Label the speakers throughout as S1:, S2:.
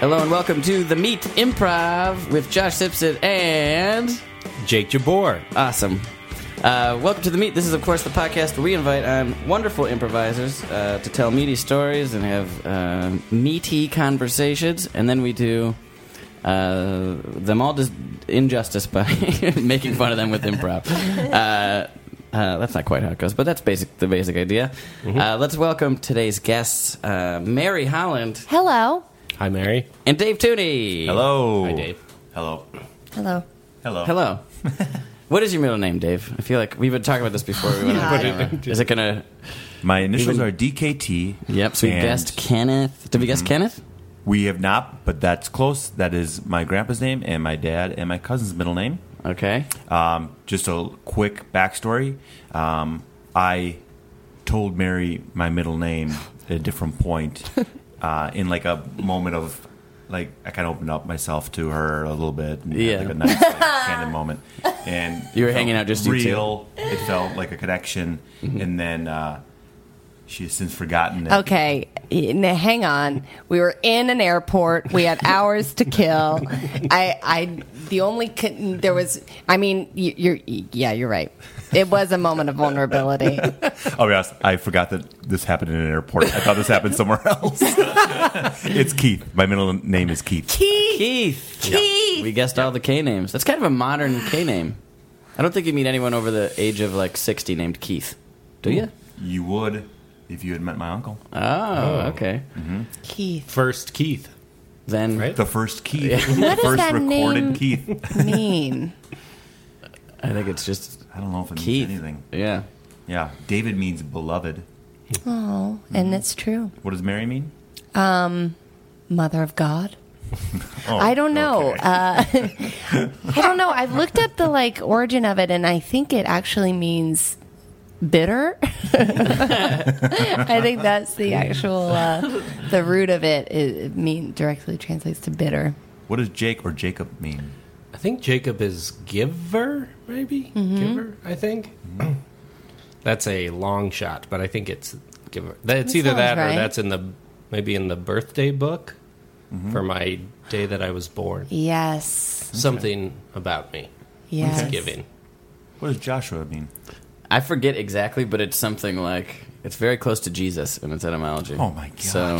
S1: Hello and welcome to the Meat Improv with Josh Simpson and
S2: Jake Jabor.
S1: Awesome. Uh, welcome to the Meat. This is, of course, the podcast where we invite on wonderful improvisers uh, to tell meaty stories and have uh, meaty conversations, and then we do uh, them all just injustice by making fun of them with improv. Uh, uh, that's not quite how it goes, but that's basic the basic idea. Uh, let's welcome today's guests, uh, Mary Holland
S3: Hello.
S2: Hi, Mary.
S1: and Dave Tooney.
S4: Hello.
S2: Hi, Dave.
S4: Hello.
S3: Hello.
S4: Hello.
S1: Hello. what is your middle name, Dave? I feel like we've been talking about this before. We went on camera. Is it gonna?
S4: My initials are DKT.
S1: Yep. So we
S4: and Mm-hmm.
S1: guessed Kenneth. Did we guess Kenneth?
S4: We have not, but that's close. That is my grandpa's name and my dad and my cousin's middle name.
S1: Okay.
S4: Um, just a quick backstory. Um, I told Mary my middle name at a different point uh, in like a moment of like I kind of opened up myself to her a little bit. And had,
S1: Yeah.
S4: like a nice like, candid moment. And
S1: You were
S4: it felt
S1: hanging out just you two. Mm-hmm.
S4: real. It felt like a connection, and then uh, she has since forgotten. It.
S3: Okay. Now, hang on. We were in an airport. We had hours to kill. I, I, the only con- there was. I mean, you, you're. Yeah, you're right. It was a moment of vulnerability.
S4: Oh yes, I forgot that this happened in an airport. I thought this happened somewhere else. it's Keith. My middle name is Keith.
S1: Keith.
S3: Keith.
S1: We guessed all the K names. That's kind of a modern K name. I don't think you meet anyone over the age of like sixty named Keith. Do you?
S4: You would if you had met my uncle.
S1: Oh, okay.
S3: Keith
S2: First Keith.
S1: Then
S2: Right?
S4: The first Keith.
S3: What
S4: the
S3: does
S4: first
S3: that
S4: recorded
S3: name-
S4: Keith.
S3: mean.
S1: I think it's just
S4: I don't know if it means
S1: Keith.
S4: anything.
S1: Yeah.
S4: Yeah. David means beloved.
S3: Oh, and it's true.
S4: What does Mary mean?
S3: Mother of God.
S4: Oh,
S3: I don't know.
S4: okay.
S3: Uh, I don't know. I've looked up the like origin of it, and I think it actually means bitter. I think that's the actual uh, the root of it. It it mean directly translates to bitter.
S4: what does Jake or Jacob mean?
S2: I think Jacob is giver, maybe?
S3: Mm-hmm.
S2: Giver, I think. that's a long shot, but I think it's giver. That- It's
S3: That
S2: either that
S3: sounds
S2: or
S3: right.
S2: that's in the maybe in the birthday book for my day that I was born.
S3: Yes.
S2: Something about me.
S3: Yes.
S2: Giving.
S4: What does Joshua mean?
S1: I forget exactly, but it's something like it's very close to Jesus in its etymology.
S4: Oh my gosh.
S1: So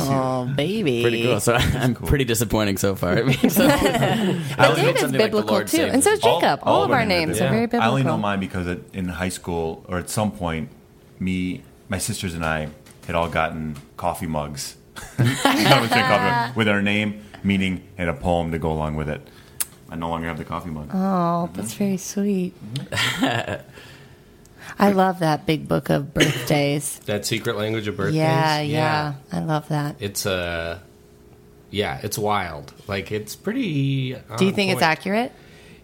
S3: Oh, baby.
S1: pretty cool. So I'm pretty disappointing so far. I mean, so, I
S3: But
S1: always meant
S3: David's
S1: something like the
S3: biblical
S1: Lord
S3: too,
S1: saves
S3: and so
S1: us.
S3: is Jacob. All, of our
S4: them
S3: names
S2: Yeah.
S3: are very biblical.
S4: I only know mine because it, in high school or at some point, me, my sisters and I had all gotten coffee mugs. I would say coffee mug, with our name, meaning, and a poem to go along with it. I no longer have the coffee mug.
S3: Oh, that's very sweet. I love that big book of birthdays.
S2: That secret language of birthdays.
S3: Yeah, yeah, I love that.
S2: It's Uh, yeah, it's wild. Like it's pretty.
S3: Do you think it's accurate?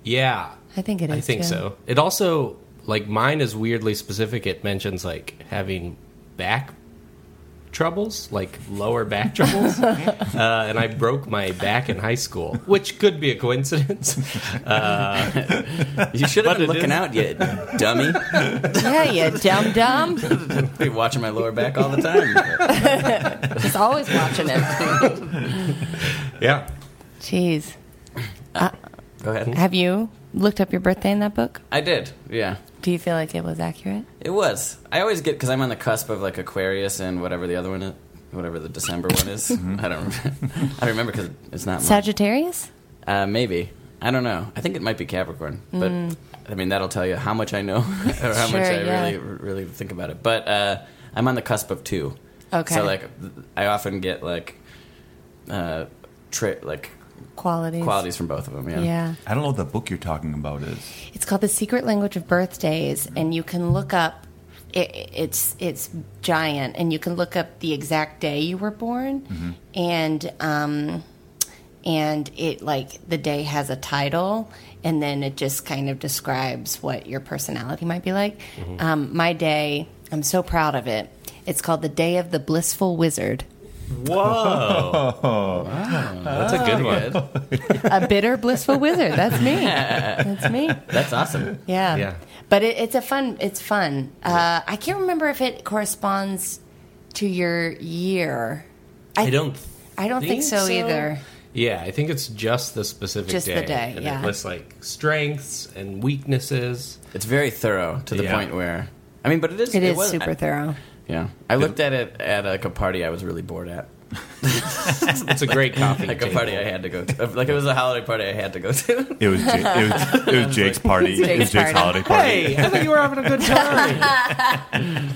S2: Yeah,
S3: I think it is.
S2: I think
S3: too.
S2: so. It also like mine is weirdly specific. It mentions like having back troubles, like lower back troubles, uh, and I broke my back in high school, which could be a coincidence.
S1: You should have been
S2: But it
S1: looking
S2: is.
S1: out, you dummy.
S3: Yeah, you dumb dumb.
S1: Be watching my lower back all the time.
S3: Just always watching it.
S2: yeah,
S3: Jeez, Uh,
S1: Go ahead.
S3: have you looked up your birthday in that book?
S1: I did. Yeah,
S3: Do you feel like it was accurate?
S1: it was. I always get because I'm on the cusp of like Aquarius and whatever the other one is, whatever the December one is.
S2: Mm-hmm.
S1: I don't. Remember. I remember because it's not. mine.
S3: Sagittarius.
S1: Uh, maybe. I don't know. I think it might be Capricorn, but I mean that'll tell you how much I know or how
S3: Mm. Sure,
S1: much I
S3: yeah.
S1: really really think about it. But uh, I'm on the cusp of two.
S3: Okay.
S1: So like, I often get like, uh, tri- like
S3: Qualities.
S1: qualities from both of them. Yeah.
S3: Yeah.
S4: I don't know what the book you're talking about is.
S3: It's called The Secret Language of Birthdays, and you can look up it, it's it's giant, and you can look up the exact day you were born, and um, and it like the day has a title, and then it just kind of describes what your personality might be like. Um, my day, I'm so proud of it. It's called the Day of the Blissful Wizard.
S2: Whoa, that's a good one.
S3: A bitter blissful wizard. That's me. That's me.
S1: That's awesome.
S3: Yeah.
S2: Yeah.
S3: But it, it's a fun. It's fun. Uh, I can't remember if it corresponds to your year.
S2: I don't.
S3: I don't think so, either.
S2: Yeah, I think it's just the specific
S3: Just
S2: day.
S3: the day,
S2: and
S3: yeah.
S2: It lists like strengths and weaknesses.
S1: It's very thorough to the
S2: Yeah.
S1: point where I mean, but it is
S3: It is
S1: was-
S3: super thorough.
S1: Yeah, I looked at it at like a party I was really bored at.
S2: It's a great coffee.
S1: Like a
S2: table.
S1: party I had to go to. Like it was a holiday party I had to go to.
S4: It was, Jake, it was it was Jake's party. it was
S3: Jake's
S4: Jake's
S3: party.
S4: holiday party.
S2: I thought you were having a good time.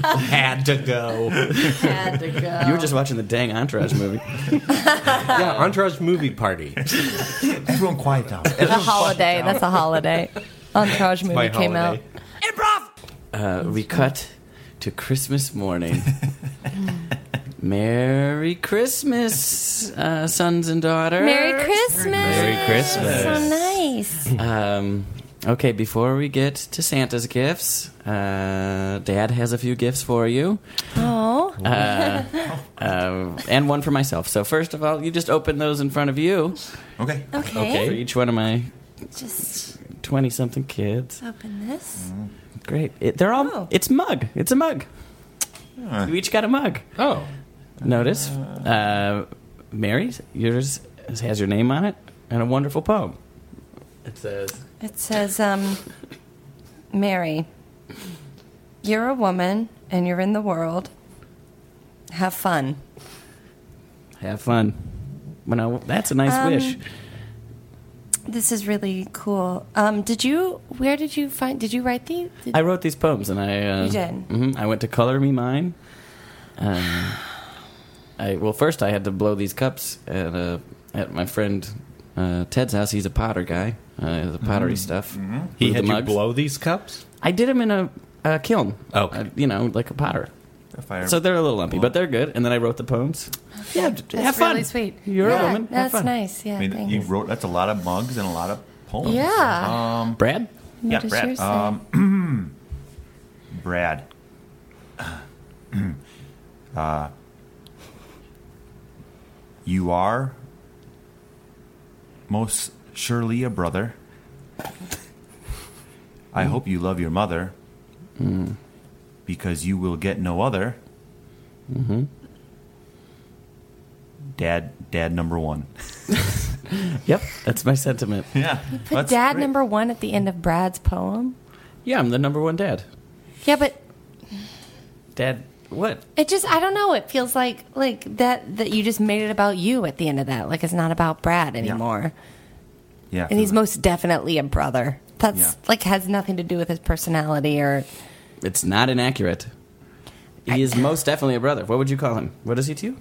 S2: Had to go.
S3: Had to go.
S1: You were just watching the dang Entourage movie.
S2: Yeah, entourage movie party.
S4: Everyone quiet down.
S3: a holiday. That's a holiday. Entourage movie
S2: My
S3: came out.
S2: holiday.
S5: Improv!
S1: Uh, we cut to Christmas morning. Merry Christmas, uh, sons and daughters.
S3: Merry Christmas.
S2: Merry Christmas. Mm.
S3: So nice.
S1: Um, okay, before we get to Santa's gifts, uh, Dad has a few gifts for you,
S3: Oh,
S1: uh, and one for myself. So first of all, you just open those in front of you
S4: Okay.
S3: okay.
S1: for
S2: okay.
S1: each one of my
S3: Just
S1: twenty-something kids.
S3: open this.
S1: Great, it, they're all.
S3: Oh.
S1: It's mug. It's a mug. You each got a mug.
S2: Oh,
S1: Notice, uh, Mary's yours has your name on it and a wonderful poem. It says,
S3: It says, um, Mary, you're a woman and you're in the world. Have fun.
S1: "Have fun." When I, that's a nice wish.
S3: This is really cool. Um, did you? Where did you find? Did you write these? Did-
S1: I wrote these poems, and I uh,
S3: You did.
S1: mhm, I went to color me mine. Um, I well, first I had to blow these cups at uh, at my friend uh, Ted's house. He's a potter guy. Uh, the pottery stuff.
S2: Mm-hmm. he
S1: Blew
S2: had
S1: the
S2: you
S1: mugs.
S2: blow these cups.
S1: I did them in a, a kiln.
S2: Oh.
S1: Uh, you know, like a potter.
S4: If I-
S1: So they're a little lumpy, but they're good. And then I wrote the poems. Yeah, d- have
S3: that's
S1: fun.
S3: really sweet.
S1: You're
S3: Yeah,
S1: a woman. Have
S3: That's
S1: fun.
S3: nice. Yeah.
S4: I mean,
S3: thanks.
S4: you wrote that's a lot of mugs and a lot of poems. Um,
S3: yeah.
S1: Brad,
S4: Yeah,
S3: does yours
S4: Brad.
S3: say?
S4: Um, Brad. Uh, you are most surely a brother. I hope you love your mother because you will get no other. Dad, dad number one.
S1: yep, that's my sentiment.
S4: Yeah,
S3: Put dad number one at the end of Brad's poem.
S1: Yeah, I'm the number one dad.
S3: Yeah, but
S1: Dad, what?
S3: it just I don't know. It feels like like that that you just made it about you at the end of that. Like it's not about Brad anymore.
S4: Yeah,
S3: And he's most definitely a brother. That's
S4: Yeah.
S3: like has nothing to do with his personality or
S1: It's not inaccurate. He is most definitely a brother. What would you call him? What is he to you?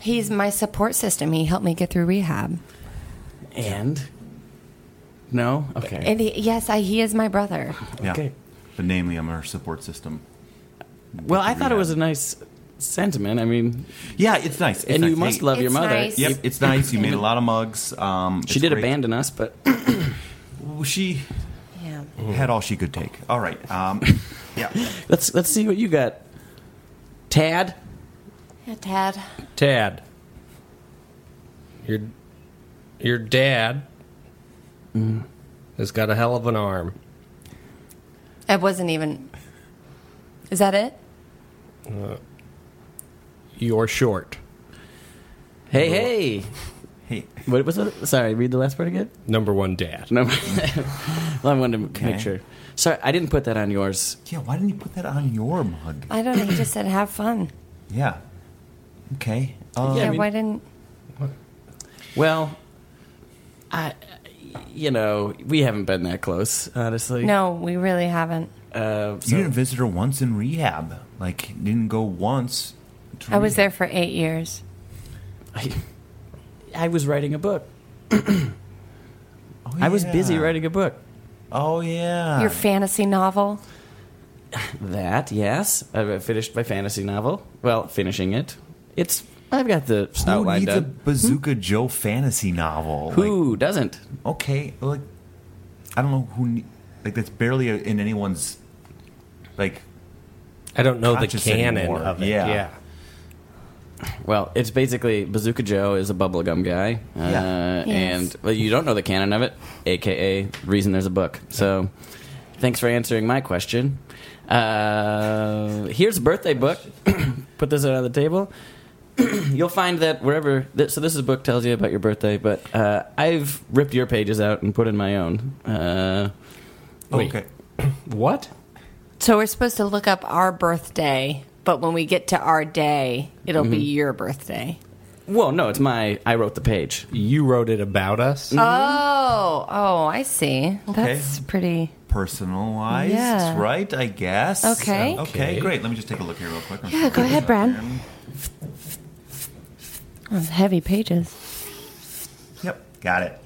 S3: he's my support system. He helped me get through rehab.
S1: And no, okay,
S3: And he, yes, I, he is my brother.
S4: yeah.
S1: okay.
S4: But namely, I'm our support system.
S1: Well, I thought it was a nice sentiment. I mean,
S4: Yeah, it's nice. It's
S1: and you
S4: nice.
S1: must
S4: Hey,
S1: love your
S3: It's
S1: mother.
S3: nice.
S4: Yep, it's nice. You made a lot of mugs. Um,
S1: She
S4: it's
S1: did
S4: great.
S1: abandon us, but
S4: She
S3: Yeah.
S4: had all she could take. All right. Um, yeah.
S1: let's let's see what you got. Tad,
S3: Yeah, Tad.
S2: Tad, your your dad has got a hell of an arm.
S3: It wasn't even. Is that it?
S2: You're short.
S1: hey, hey.
S4: Hey.
S1: What was it? Sorry, read the last part again.
S2: Number one dad.
S1: No, well, I wanted to make sure. Sorry, I didn't put that on yours.
S4: Yeah. Why didn't you put that on your mug?
S3: I don't know. He just said have fun.
S4: Yeah. Okay. Um,
S3: Yeah,
S1: I mean-
S3: why didn't?
S1: Well, I, you know, we haven't been that close, honestly.
S3: No, we really haven't.
S1: Uh,
S4: you
S1: so-
S4: didn't visit her once in rehab. Like, didn't go once. to
S3: I was
S4: rehab.
S3: there for eight years.
S1: I, I was writing a book.
S4: Oh,
S1: I was
S4: yeah.
S1: busy writing a book.
S4: Oh yeah.
S3: Your fantasy novel.
S1: that, yes. I finished my fantasy novel. Well, finishing it. It's I've got the
S4: Who
S1: outline
S4: needs a
S1: done.
S4: Bazooka Joe fantasy novel? Like,
S1: Hmm? Who doesn't?
S4: okay, like I don't know who. ne- Like that's barely in anyone's. Like
S2: I don't know the
S4: Conscious
S2: canon
S4: anymore.
S2: of it.
S4: Yeah.
S2: yeah.
S1: Well, it's basically Bazooka Joe is a bubblegum guy.
S4: Yeah.
S1: Uh,
S3: Yes.
S1: And well, you don't know the canon of it, aka reason there's a book. So thanks for answering my question. Uh, here's a birthday book. Put this out on the table. You'll find that wherever. Th- so this is a book tells you about your birthday, but uh, I've ripped your pages out and put in my own. Uh,
S2: Wait.
S4: okay,
S2: What?
S3: So we're supposed to look up our birthday, but when we get to our day, it'll be your birthday.
S1: well, no, it's my. I wrote the page.
S2: You wrote it about us?
S3: Oh, oh, I see. That's pretty.
S4: personalized,
S3: Yeah.
S4: right? I guess.
S3: Okay.
S4: okay.
S2: Okay.
S4: Great. Let me just take a look here real quick.
S3: Yeah, go ahead, Brad. Oh, heavy pages.
S4: Yep. Got it.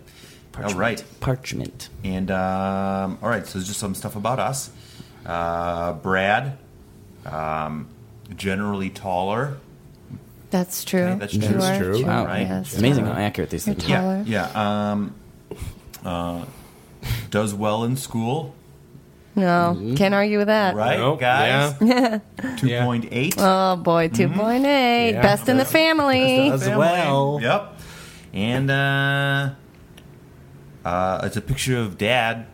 S1: Parchment.
S4: All right.
S1: Parchment.
S4: And um, all right, so just some stuff about us. Uh, Brad, um, generally taller.
S3: That's true.
S4: Okay, that's true.
S3: You
S4: That's
S3: are
S2: true.
S4: All right.
S3: yes.
S1: Amazing how accurate these things are.
S3: Taller.
S4: Yeah, yeah. Um, uh, does well in school,
S3: No, can't argue with that.
S4: right,
S2: Nope.
S4: guys?
S2: Yeah.
S4: Two point eight.
S3: Oh boy, two point eight,
S2: Yeah.
S3: best in the family.
S2: As well.
S4: Yep. And uh, uh, it's a picture of Dad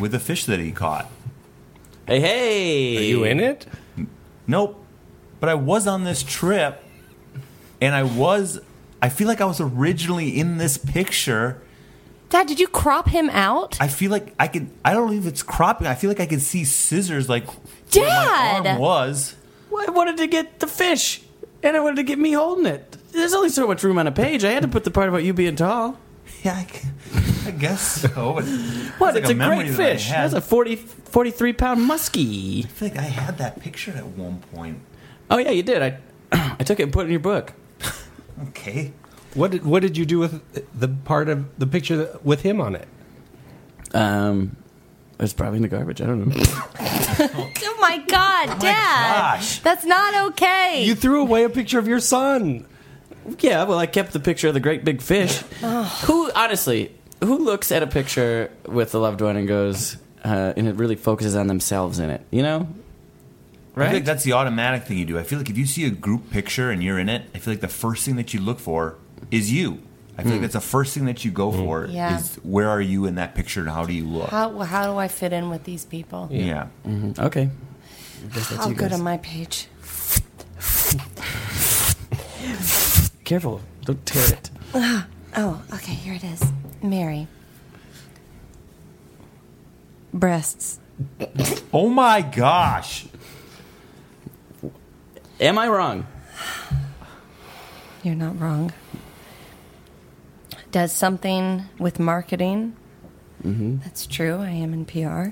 S4: with a fish that he caught.
S1: Hey, hey!
S2: Are you in it?
S4: Nope. But I was on this trip, and I was. I feel like I was originally in this picture.
S3: Dad, did you crop him out?
S4: I feel like I can. I don't know if it's cropping. I feel like I can see scissors, like where
S3: Dad,
S4: my arm was.
S1: Well, I wanted to get the fish, and I wanted to get me holding it. There's only so much room on a page. I had to put the part about you being tall.
S4: Yeah, I, g- I guess so. But
S1: What?
S4: like
S1: It's
S4: a
S1: a,
S4: memory
S1: great
S4: that I
S1: fish.
S4: had.
S1: That's a 40, 43 pound muskie.
S4: I feel like I had that picture at one point.
S1: Oh yeah, you did. I I took it and put it in your book.
S4: Okay.
S2: What did, what did you do with the part of the picture that, with him on it?
S1: Um, it's probably in the garbage. I don't know.
S3: oh my God, Dad,
S4: gosh.
S3: that's not okay.
S2: You threw away a picture of your son.
S1: yeah, well, I kept the picture of the great big fish. who honestly, who looks at a picture with a loved one and goes, uh, and it really focuses on themselves in it? You know,
S4: I feel
S1: right?
S4: like that's the automatic thing you do. I feel like if you see a group picture and you're in it, I feel like the first thing that you look for is you. I feel like that's the first thing that you go for
S3: Yeah.
S4: is where are you in that picture and how do you look?
S3: how how do I fit in with these people?
S4: yeah.
S1: okay.
S3: I'll go to my page.
S1: Careful. Don't tear it.
S3: Oh, okay, here it is. Mary. Breasts.
S4: Oh my gosh.
S1: Am I wrong?
S3: You're not wrong. Does something with marketing. That's true. I am in PR.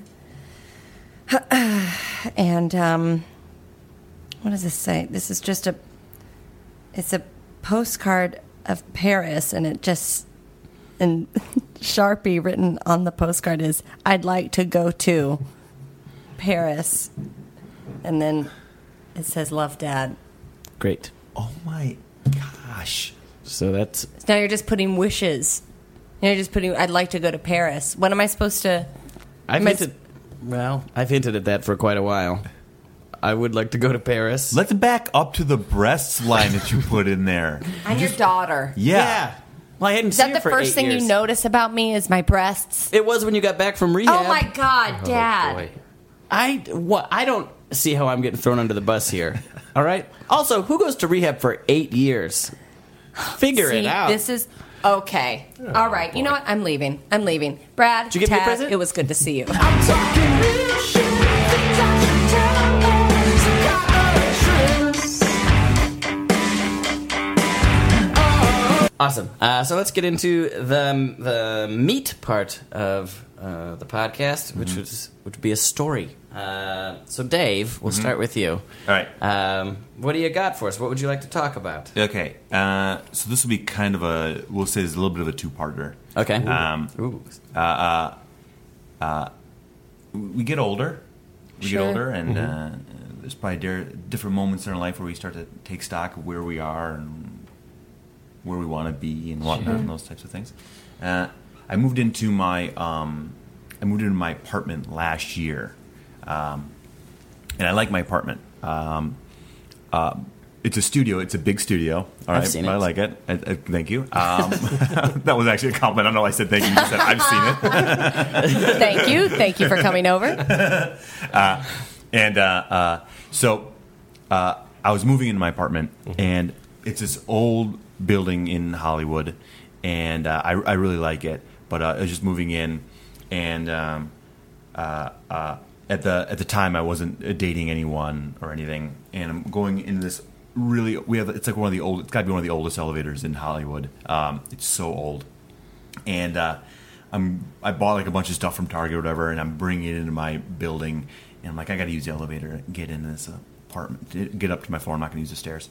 S3: and um, what does this say? This is just a. It's a postcard of Paris, and it just in Sharpie written on the postcard is "I'd like to go to Paris," and then it says "Love, Dad."
S1: Great.
S4: Oh my gosh.
S1: So that's
S3: Now you're just putting wishes. You're just putting. I'd like to go to Paris. When am I supposed to?
S1: I've
S3: Miss-
S1: hinted. Well, I've hinted at that for quite a while. I would like to go to Paris.
S4: Let's back up to the breasts line that you put in there.
S3: I'm your daughter.
S4: Yeah.
S1: Well, I hadn't
S3: Is
S1: seen
S3: that
S1: her
S3: the
S1: for
S3: first
S1: eight
S3: thing
S1: years.
S3: you notice about me? Is my breasts?
S1: It was when you got back from rehab.
S3: Oh my God, Dad!
S2: Boy.
S1: I what? I don't see how I'm getting thrown under the bus here. All right. Also, who goes to rehab for eight years? Figure it
S3: See,
S1: out. Oh,
S3: This is okay. All right. You know what? I'm leaving. I'm leaving. Brad,
S1: you get me a
S3: Tad,
S1: present?
S3: It was good to see you.
S1: Awesome. Uh, so let's get into the the meat part of uh, the podcast, which
S4: Mm-hmm.
S1: was which would be a story. Uh, so Dave, we'll start with you.
S4: Mm-hmm. All right.
S1: Um, what do you got for us? What would you like to talk about?
S4: Okay. Uh, so this will be kind of a we'll say it's a little bit of a two-parter.
S1: Okay.
S4: Um,
S1: Ooh.
S4: We get older. we
S3: Sure.
S4: get older, and
S1: Mm-hmm.
S4: uh, there's probably dare, different moments in our life where we start to take stock of where we are and where we want to be and whatnot and those types of things. Uh, I moved into my um, I moved into my apartment last year, um, and I like my apartment. Um, uh, it's a studio. It's a big studio. All
S1: I've
S4: right,
S1: seen
S4: I
S1: it.
S4: like it. I, I, thank you. Um, that was actually a compliment. I don't know. why I said thank you. You said I've seen it.
S3: Thank you. Thank you for coming over.
S4: And uh, uh, so uh, I was moving into my apartment, and it's this old building in Hollywood, and uh, I, I really like it. But uh, I was just moving in, and um, uh, uh, at the at the time I wasn't uh, dating anyone or anything, and I'm going into this really we have it's like one of the old it's got to be one of the oldest elevators in Hollywood. Um, it's so old and uh, I'm I bought like a bunch of stuff from Target or whatever, and I'm bringing it into my building, and I'm like, I got to use the elevator, to get into this apartment, to get up to my floor. I'm not going to use the stairs,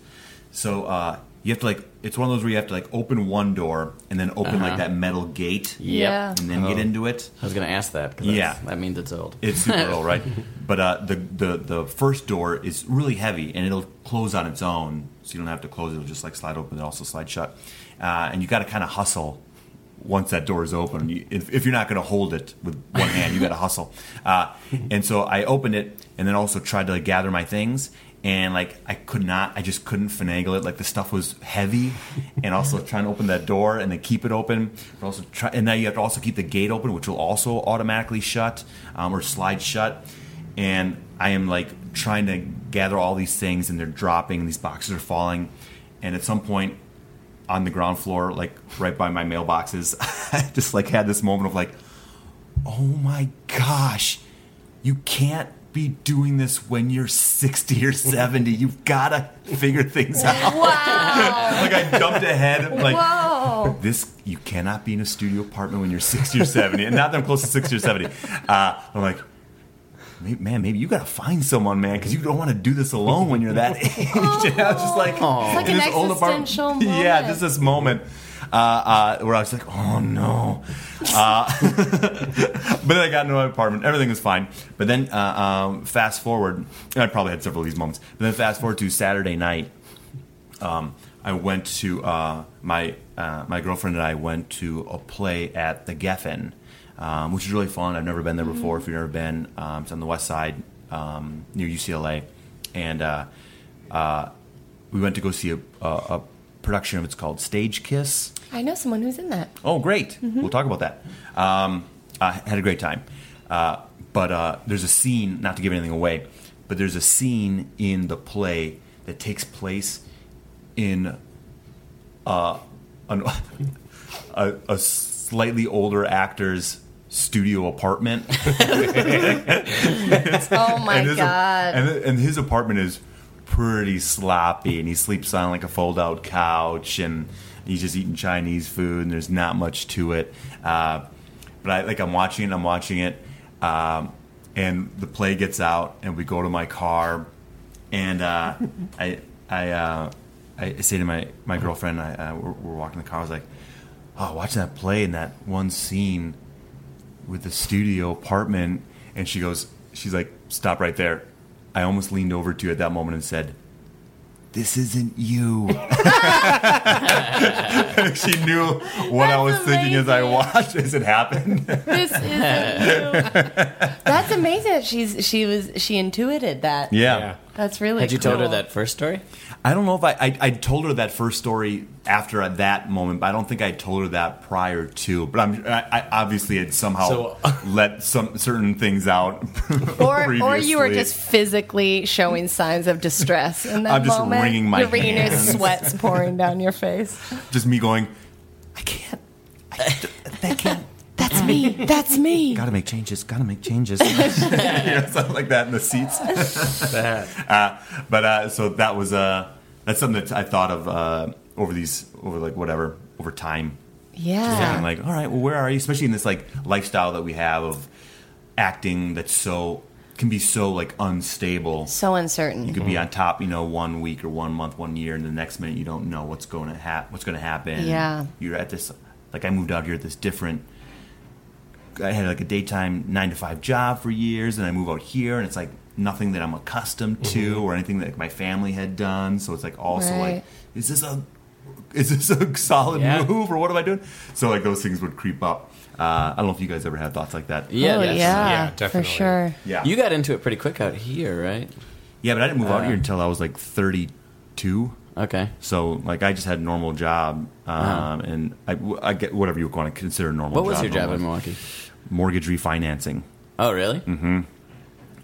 S4: so uh, you have to like it's one of those where you have to like open one door and then open like that metal gate,
S3: Yeah.
S4: and then get into it.
S1: I was going to ask that. 'cause
S4: Yeah.
S1: that's- That means it's old.
S4: It's super old, right? But uh, the, the the first door is really heavy, and it'll close on its own, so you don't have to close it. It'll just like slide open, and also slide shut. Uh, and you got to kind of hustle once that door is open. You, if, if you're not going to hold it with one hand, you got to hustle. Uh, and so I opened it, and then also tried to like, gather my things. And like I could not, I just couldn't finagle it. Like the stuff was heavy, and also trying to open that door and then keep it open, but also try. And now you have to also keep the gate open, which will also automatically shut um, or slide shut. And I am like trying to gather all these things, and they're dropping. These boxes are falling, and at some point, on the ground floor, like right by my mailboxes, I just like had this moment of like, oh my gosh, you can't be doing this when you're 60 or 70. You've got to figure things out.
S3: Wow.
S4: like I jumped ahead. Like,
S3: Whoa.
S4: this you cannot be in a studio apartment when you're 60 or 70 and not that i'm close to 60 or 70 uh, i'm like "May- man maybe you gotta find someone man because you don't want to do this alone when you're that age and i was just like,
S3: It's like
S4: in
S3: an
S4: this old apartment-
S3: existential
S4: yeah
S3: moment.
S4: just this moment uh, uh, where i was like oh no Uh, but then I got into my apartment. Everything was fine. But then uh, um, fast forward, and I probably had several of these moments. But then fast forward to Saturday night. Um, I went to uh, my uh, my girlfriend and I went to a play at the Geffen, um, which is really fun. I've never been there before. If you've never been, um, it's on the west side um, near UCLA, and uh, uh, we went to go see a, a, a production of it's called Stage Kiss.
S3: I know someone who's in that.
S4: Oh, great. We'll talk about that. Um, I had a great time. Uh, but uh, there's a scene, not to give anything away, but there's a scene in the play that takes place in uh, an, a, a slightly older actor's studio apartment.
S3: Oh my
S4: his,
S3: god.
S4: And, and his apartment is pretty sloppy, and he sleeps on like a fold out couch, and he's just eating Chinese food, and there's not much to it. Uh, but I like I'm watching it, I'm watching it, um, and the play gets out, and we go to my car, and uh, I I. Uh, I say to my, my girlfriend, I, uh, we're, we're walking in the car. I was like, "Oh, watching that play in that one scene with the studio apartment and she goes she's like stop right there i almost leaned over to you at that moment and said this isn't you she knew what i
S3: That's
S4: was thinking as i
S3: amazing.
S4: watched as it happened
S3: this isn't you. That's amazing that she's she was she intuited that.
S2: Yeah.
S3: That's really
S1: Had you told her
S3: cool.
S1: that first story?
S4: I don't know if I, I I told her that first story after that moment, but I don't think I told her that prior to. But I'm I, I obviously had somehow
S2: So- uh,
S4: let some certain things out.
S3: or, or you were
S4: previously.
S3: just physically showing signs of distress in that
S4: I'm just
S3: moment.
S4: wringing my
S3: You're wringing your
S4: hands.
S3: sweats pouring down your face.
S4: just me going.
S3: I can't. I, that can't. That's me. That's me.
S4: gotta make changes gotta make changes you know, something like that in the seats uh, but uh, so that was uh, that's something that i thought of uh, over these over like whatever over time and i'm
S3: Yeah.
S4: like all right well where are you especially in this like lifestyle that we have of acting that's so can be so like unstable
S3: So uncertain.
S4: you could be on top, you know, one week or one month, one year, and the next minute you don't know what's going to happen. What's going to happen?
S3: Yeah.
S4: you're at this. Like I moved out here at this different. I had like a daytime nine to five job for years, and I move out here, and it's like nothing that I'm accustomed to or anything that my family had done. So it's like also
S3: Right.
S4: like, is this a is this a solid
S2: Yeah.
S4: move or what am I doing? So like those things would creep up. Uh, I don't know if you guys ever had thoughts like that.
S1: Yeah,
S3: oh, yeah,
S1: that's-
S2: yeah,
S3: for
S2: definitely.
S3: sure.
S4: Yeah.
S1: You got into it pretty quick out here, right?
S4: yeah, but I didn't move out here until I was like 32.
S1: Okay.
S4: So like I just had a normal job, um,
S1: Uh-huh.
S4: and I, I get whatever you want to consider a normal.
S1: What was your job
S4: normal.
S1: in Milwaukee?
S4: Mortgage refinancing.
S1: Oh, really?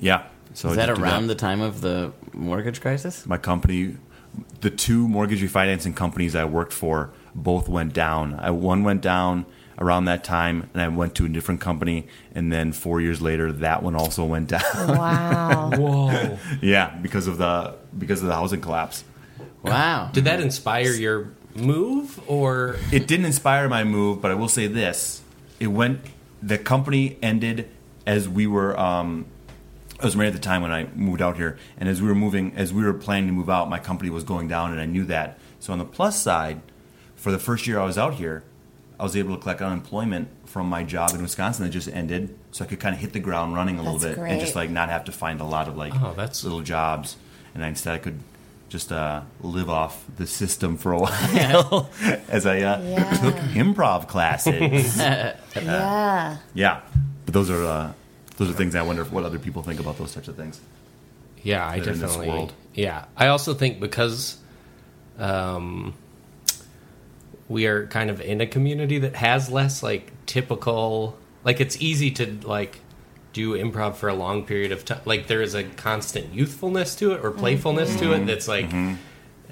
S4: Yeah. So
S1: Is
S4: I
S1: that
S4: just do
S1: around the time of the mortgage crisis?
S4: my company, the two mortgage refinancing companies I worked for both went down. I, one went down around that time, and I went to a different company, and then four years later, that one also went down.
S3: Wow.
S2: Whoa.
S4: yeah, because of the because of the housing collapse.
S1: Wow.
S2: Did that inspire your move or
S4: It didn't inspire my move, but I will say this: it went. The company ended as we were. Um, I was married at the time when I moved out here, and as we were moving, as we were planning to move out, my company was going down, and I knew that. So on the plus side, for the first year I was out here, I was able to collect unemployment from my job in Wisconsin that just ended, so I could kind of hit the ground running a little
S3: That's
S4: bit and just
S3: great.
S4: like not have to find a lot of like
S2: Oh, that's-
S4: little jobs, and I, instead I could just uh, live off the system for a while as I uh,
S3: Yeah.
S4: took improv classes.
S3: yeah.
S4: yeah, but those are uh, those are things I wonder what other people think about those types of things.
S2: yeah i
S4: They're in this
S2: definitely
S4: world.
S2: yeah i also think because um we are kind of in a community that has less like typical like it's easy to like do improv for a long period of time like there is a constant youthfulness to it or playfulness to
S4: Mm-hmm.
S2: it that's like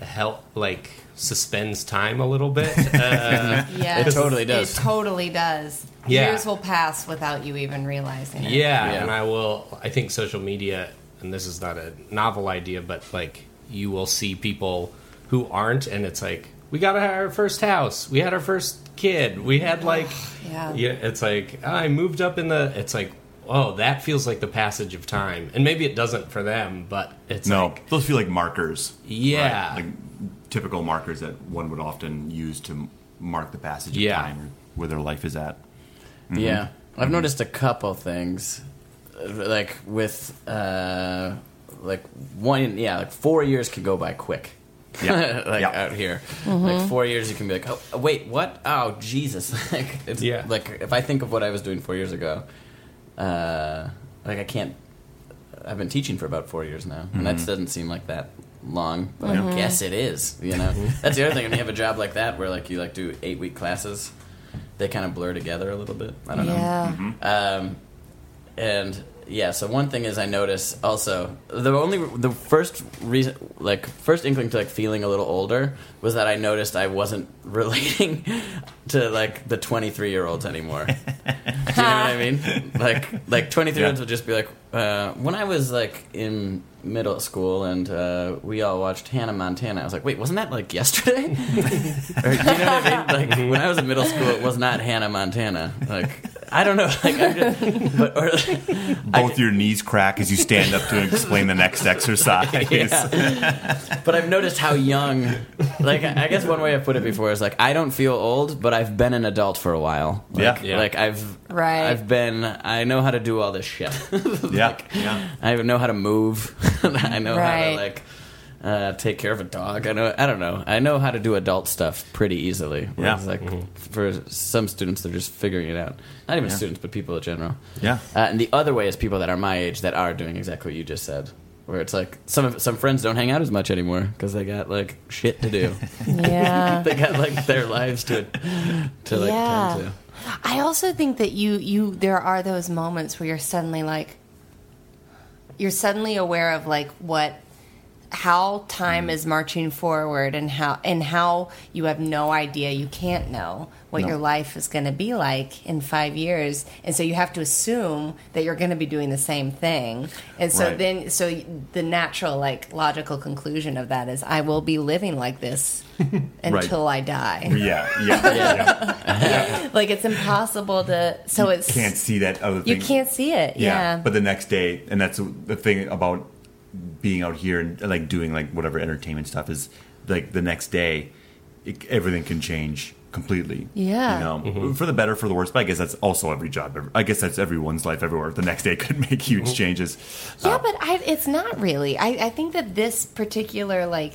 S2: help like suspends time a little bit uh,
S6: Yes.
S1: It totally does.
S6: It totally does.
S2: Yeah.
S6: Years will pass without you even realizing it.
S2: Yeah,
S1: Yeah.
S2: and I will. I think social media, and this is not a novel idea, but like you will see people who aren't, and it's like we got our first house, we had our first kid, we had like,
S6: Yeah.
S2: it's like I moved up in the. It's like oh, that feels like the passage of time, and maybe it doesn't for them, but it's
S4: no,
S2: like,
S4: those feel like markers.
S2: Yeah.
S4: Like typical markers that one would often use to m- mark the passage of
S2: Yeah.
S4: time or where their life is at.
S1: Yeah, I've noticed a couple things, uh, like with uh, like one, yeah, like four years can go by quick.
S4: Yeah.
S1: like uh,
S4: Yeah. Mm-hmm.
S1: out here, like four years, you can be like, oh, wait, what? Oh, Jesus! like, it's,
S2: Yeah.
S1: Like if I think of what I was doing four years ago, uh, like I can't. I've been teaching for about four years now, and that
S4: Mm-hmm.
S1: doesn't seem like that long, but I guess it is. You know,
S4: Mm-hmm.
S1: that's the other thing when you have a job like that, where like you like do eight week classes, they kind of blur together a little bit. I don't know.
S3: Yeah.
S4: Mm-hmm.
S1: Um, and yeah, so one thing is I notice also the only the first reason like first inkling to like feeling a little older was that I noticed I wasn't relating to like the 23 year olds anymore. Do you know what I mean? Like like 23 year olds
S4: Yeah.
S1: will just be like uh, when I was like in middle school and uh, we all watched Hannah Montana. I was like, wait, wasn't that like yesterday? Or, you know what I mean? Like when I was in middle school, it was not Hannah Montana. Like I don't know. Like I'm just, but or,
S4: Both your knees crack as you stand up to explain the next exercise.
S1: but I've noticed how young. Like I I guess one way I put it before is like I don't feel old, but I've been an adult for a while. Like,
S4: Yeah. Yeah.
S1: Like I've
S6: Right.
S1: I've been. I know how to do all this shit.
S4: Yeah. yeah.
S1: I know how to move. I know how to
S6: Right.
S1: like. Uh, take care of a dog. I know. I don't know. I know how to do adult stuff pretty easily.
S4: Yeah. Mm-hmm.
S1: Whereas, Like for some students, they're just figuring it out. Not even students, but people in general.
S4: Yeah.
S1: Uh, and the other way is people that are my age that are doing exactly what you just said, where it's like some of, some friends don't hang out as much anymore because they got like shit to do.
S3: Yeah.
S1: they got like their lives to to like
S3: Yeah.
S1: turn to.
S3: I also think that you you there are those moments where you're suddenly like you're suddenly aware of like what how time
S1: Mm.
S3: is marching forward and how and how you have no idea you can't know what
S4: No.
S3: your life is going to be like in 5 years and so you have to assume that you're going to be doing the same thing and so
S4: Right.
S3: then so y- the natural like logical conclusion of that is I will be living like this until I die
S4: Yeah. Yeah. yeah.
S3: like it's impossible to so it's
S4: Can't see that other
S3: you
S4: thing.
S3: can't see it yeah,
S4: But the next day, and that's the thing about being out here and like doing like whatever entertainment stuff is like the next day, it, everything can change. completely.
S3: Yeah.
S4: You know,
S2: Mm-hmm.
S4: for the better, for the worse. But I guess that's also every job. I guess that's everyone's life everywhere. The next day could make
S2: Mm-hmm.
S4: huge changes.
S3: Yeah,
S4: Uh,
S3: but
S6: I, it's not really. I, I think that this particular like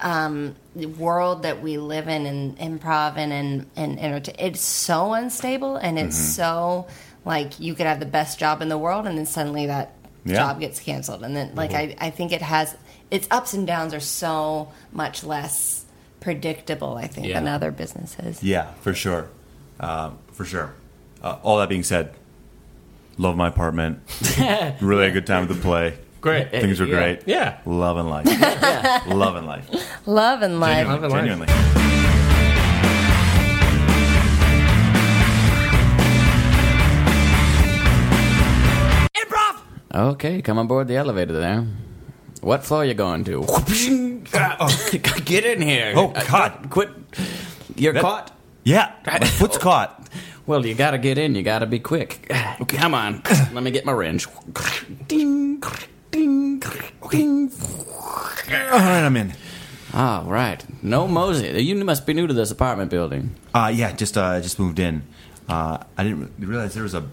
S6: um, world that we live in, in improv and in and entertain, it's so unstable and it's
S4: Mm-hmm.
S6: so like you could have the best job in the world and then suddenly that
S4: Yeah. Mm-hmm.
S6: job gets canceled and then like I, I think it has its ups and downs are so much less predictable I think than
S2: Yeah.
S6: other businesses.
S4: Yeah, for sure. Uh, for sure. Uh, all that being said, love my apartment. really a good time at the play.
S2: Great.
S4: Things were
S1: Yeah.
S4: great.
S2: Yeah.
S4: Love and life. Love and life.
S6: Love and life.
S2: Love and life.
S4: Genuinely.
S5: Improv!
S1: Okay, come on board the elevator there. What floor you going to? Get in here.
S4: Oh,
S1: Uh,
S4: God.
S1: Quit. You're
S4: That-
S1: caught.
S4: Yeah. My foot's caught.
S1: Well, you gotta get in. You gotta be quick. Come on. Let me get my wrench. Ding, ding, ding.
S4: All right, I'm in.
S1: All right. No mosey. You must be new to this apartment building.
S4: Uh, yeah, just uh, just moved in. Uh, I didn't re- realize there was a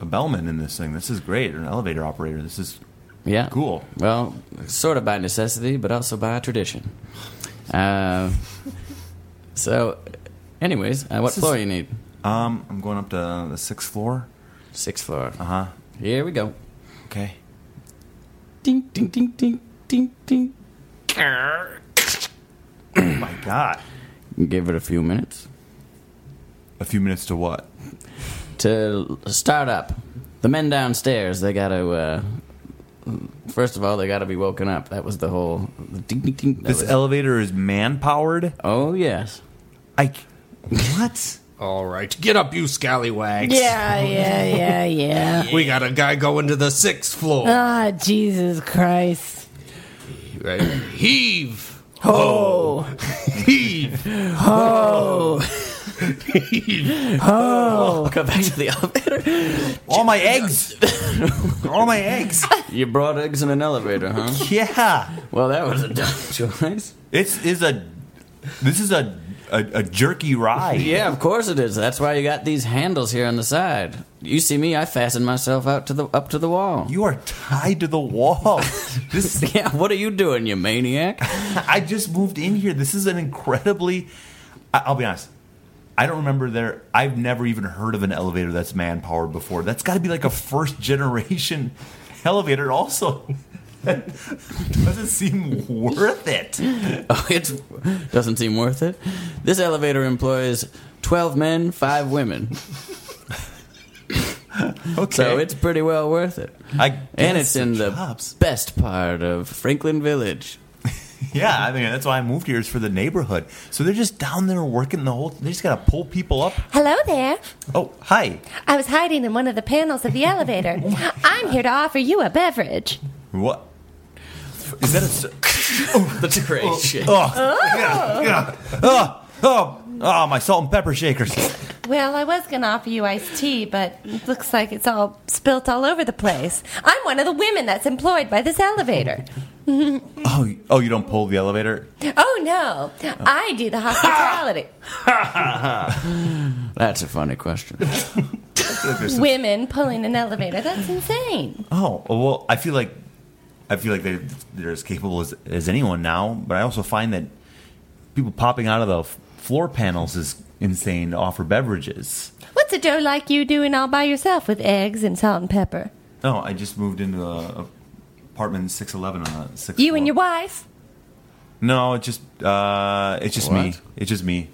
S4: a bellman in this thing. This is great. An elevator operator. This is
S1: Yeah.
S4: Cool.
S1: Well, sort of by necessity, but also by tradition. Uh, so, anyways, uh, what
S4: This is-
S1: floor you need?
S4: Um, I'm going up to the sixth floor.
S1: Sixth floor.
S4: Uh huh.
S1: Here we go.
S4: Okay.
S1: Ding, ding, ding, ding, ding, ding.
S4: Oh my god.
S1: Give it a few minutes
S4: A few minutes to what?
S1: to start up. The men downstairs, they gotta. Uh, first of all, they gotta be woken up. That was the whole. Ding, ding, ding. That
S4: This
S1: was-
S4: elevator is man powered.
S1: oh yes.
S4: I. c- What?
S2: All right, get up, you scallywags.
S3: yeah, yeah, yeah, yeah.
S2: We got a guy going to the sixth floor.
S3: Ah, Jesus Christ.
S2: Right. Heave. Ho. Heave.
S1: I'll go Oh, back to the elevator.
S4: All my eggs. All my eggs.
S1: You brought eggs in an elevator, huh?
S4: Yeah.
S1: Well, that was a dumb choice.
S4: This is a. This is a a, a jerky ride.
S1: Yeah, of course it is. That's why you got these handles here on the side. You see me, I fasten myself out to the up to the wall.
S4: You are tied to the wall. This
S1: yeah, what are you doing, you maniac?
S4: I just moved in here. This is an incredibly. I- I'll be honest. I don't remember there. I've never even heard of an elevator that's man powered before. That's got to be like a first generation elevator. Also, that doesn't seem worth it.
S1: Oh, it doesn't seem worth it. This elevator employs twelve men, five women,
S4: Okay,
S1: so it's pretty well worth it.
S4: I
S1: And
S4: guess
S1: it's in the
S4: jobs.
S1: best part of Franklin Village.
S4: yeah. I mean, that's why I moved here is for the neighborhood. So they're just down there working the whole. They just got to pull people up.
S3: Hello there.
S4: Oh, hi.
S3: I was hiding in one of the panels of the elevator. I'm here to offer you a beverage.
S4: What is that? A, s-
S1: The trade shit.
S4: Oh, yeah, yeah. Oh, oh, oh, my salt and pepper shakers.
S3: Well, I was going to offer you iced tea, but it looks like it's all spilt all over the place. I'm one of the women that's employed by this elevator.
S4: Oh, y- oh, you don't pull the elevator?
S3: Oh, no. I do the hospitality.
S1: That's a funny question.
S3: women pulling an elevator. That's insane.
S4: Oh, well, I feel like I feel like they're, they're as capable as, as anyone now. But I also find that people popping out of the f- floor panels is insane to offer beverages.
S3: What's a dough like you doing all by yourself with eggs and salt and pepper?
S4: No, Oh, I just moved into a apartment six eleven on the sixth.
S3: You and
S4: floor.
S3: your wife?
S4: No, it's just uh, it's just me.
S1: What?
S4: It's just me.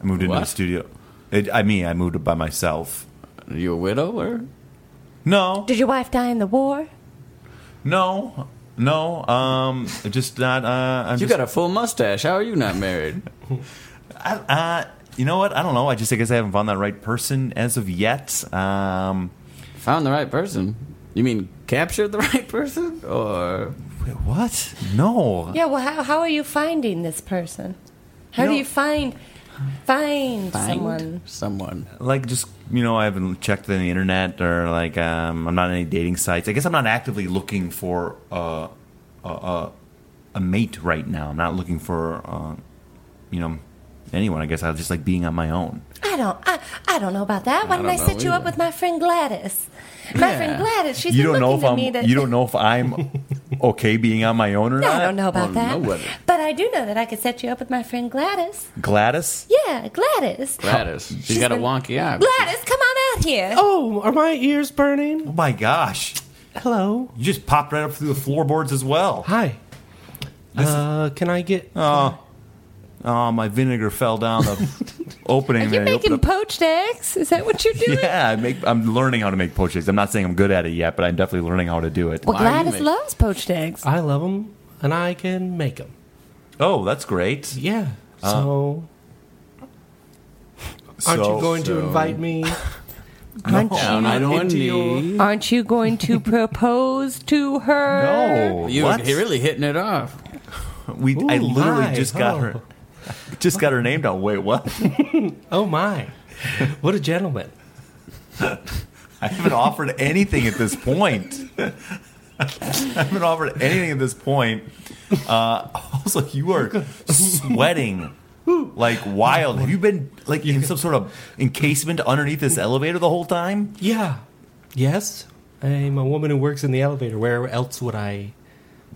S4: I moved into the
S1: What?
S4: studio. It, I mean, I moved by myself.
S1: Are you a widower?
S4: No,
S3: Did your wife die in the war?
S4: No, no. Um, just not. Uh, I'm
S1: You
S4: just,
S1: got a full mustache. How are you not married?
S4: I, uh, you know what? I don't know. I just I guess I haven't found that right person as of yet. Um,
S1: Found the right person. You mean captured the right person? Or
S4: wait, what? No.
S3: Yeah, well, how, how are you finding this person? How
S4: You
S3: do
S4: know-
S3: you find
S1: find
S3: find, someone?
S1: Someone.
S4: Like just you know, I haven't checked on the internet or like um, I'm not on any dating sites. I guess I'm not actively looking for uh, a a, a mate right now. I'm not looking for uh, you know anyone. I guess I was just like being on my own.
S6: I don't. I, I don't know about that. Why
S1: I
S6: didn't I
S1: don't
S6: set
S1: know
S6: you up
S1: either.
S6: with my friend Gladys? My
S1: Yeah.
S6: friend Gladys. She's
S4: you
S6: been
S4: don't know
S6: looking
S4: if
S6: at
S4: I'm.
S6: me to.
S4: You don't know if I'm okay being on my own or not.
S6: I don't know about
S1: Well,
S6: that.
S1: nobody.
S6: But I do know that I could set you up with my friend Gladys.
S4: Gladys.
S6: Yeah, Gladys.
S1: Gladys. She's got a wonky eye.
S6: Gladys, come on out here.
S2: Oh, are my ears burning?
S4: Oh my gosh!
S2: Hello.
S4: You just popped right up through the floorboards as well.
S2: Hi. Uh, can I get?
S4: Oh, my vinegar fell down the opening.
S6: You're
S4: there. You
S6: making
S4: opened up-
S6: poached eggs? Is that what you're doing?
S4: yeah, I make, I'm learning how to make poached eggs. I'm not saying I'm good at it yet, but I'm definitely learning how to do it.
S3: Well,
S1: Why are you
S3: Gladys
S1: ma-
S3: loves poached eggs.
S2: I love them, and I can make them.
S4: Oh, that's great.
S2: Yeah. So, aren't
S4: So-
S2: you going to
S1: So-
S2: invite me?
S3: Aren't
S1: Down
S3: you?
S1: on one
S2: Into your-
S1: knee.
S3: Aren't you going to propose to her?
S4: No,
S1: You were
S4: what?
S1: really hitting it off.
S4: We, I
S2: Ooh,
S4: literally
S2: my,
S4: just got
S2: oh.
S4: her. Just got her name down. Wait, what?
S2: Oh my! What a gentleman.
S4: I haven't offered anything at this point. I haven't offered anything at this point. Uh, also, you are sweating like wild. Have you been like in some sort of encasement underneath this elevator the whole time?
S2: Yeah. Yes. I'm a woman who works in the elevator. Where else would I?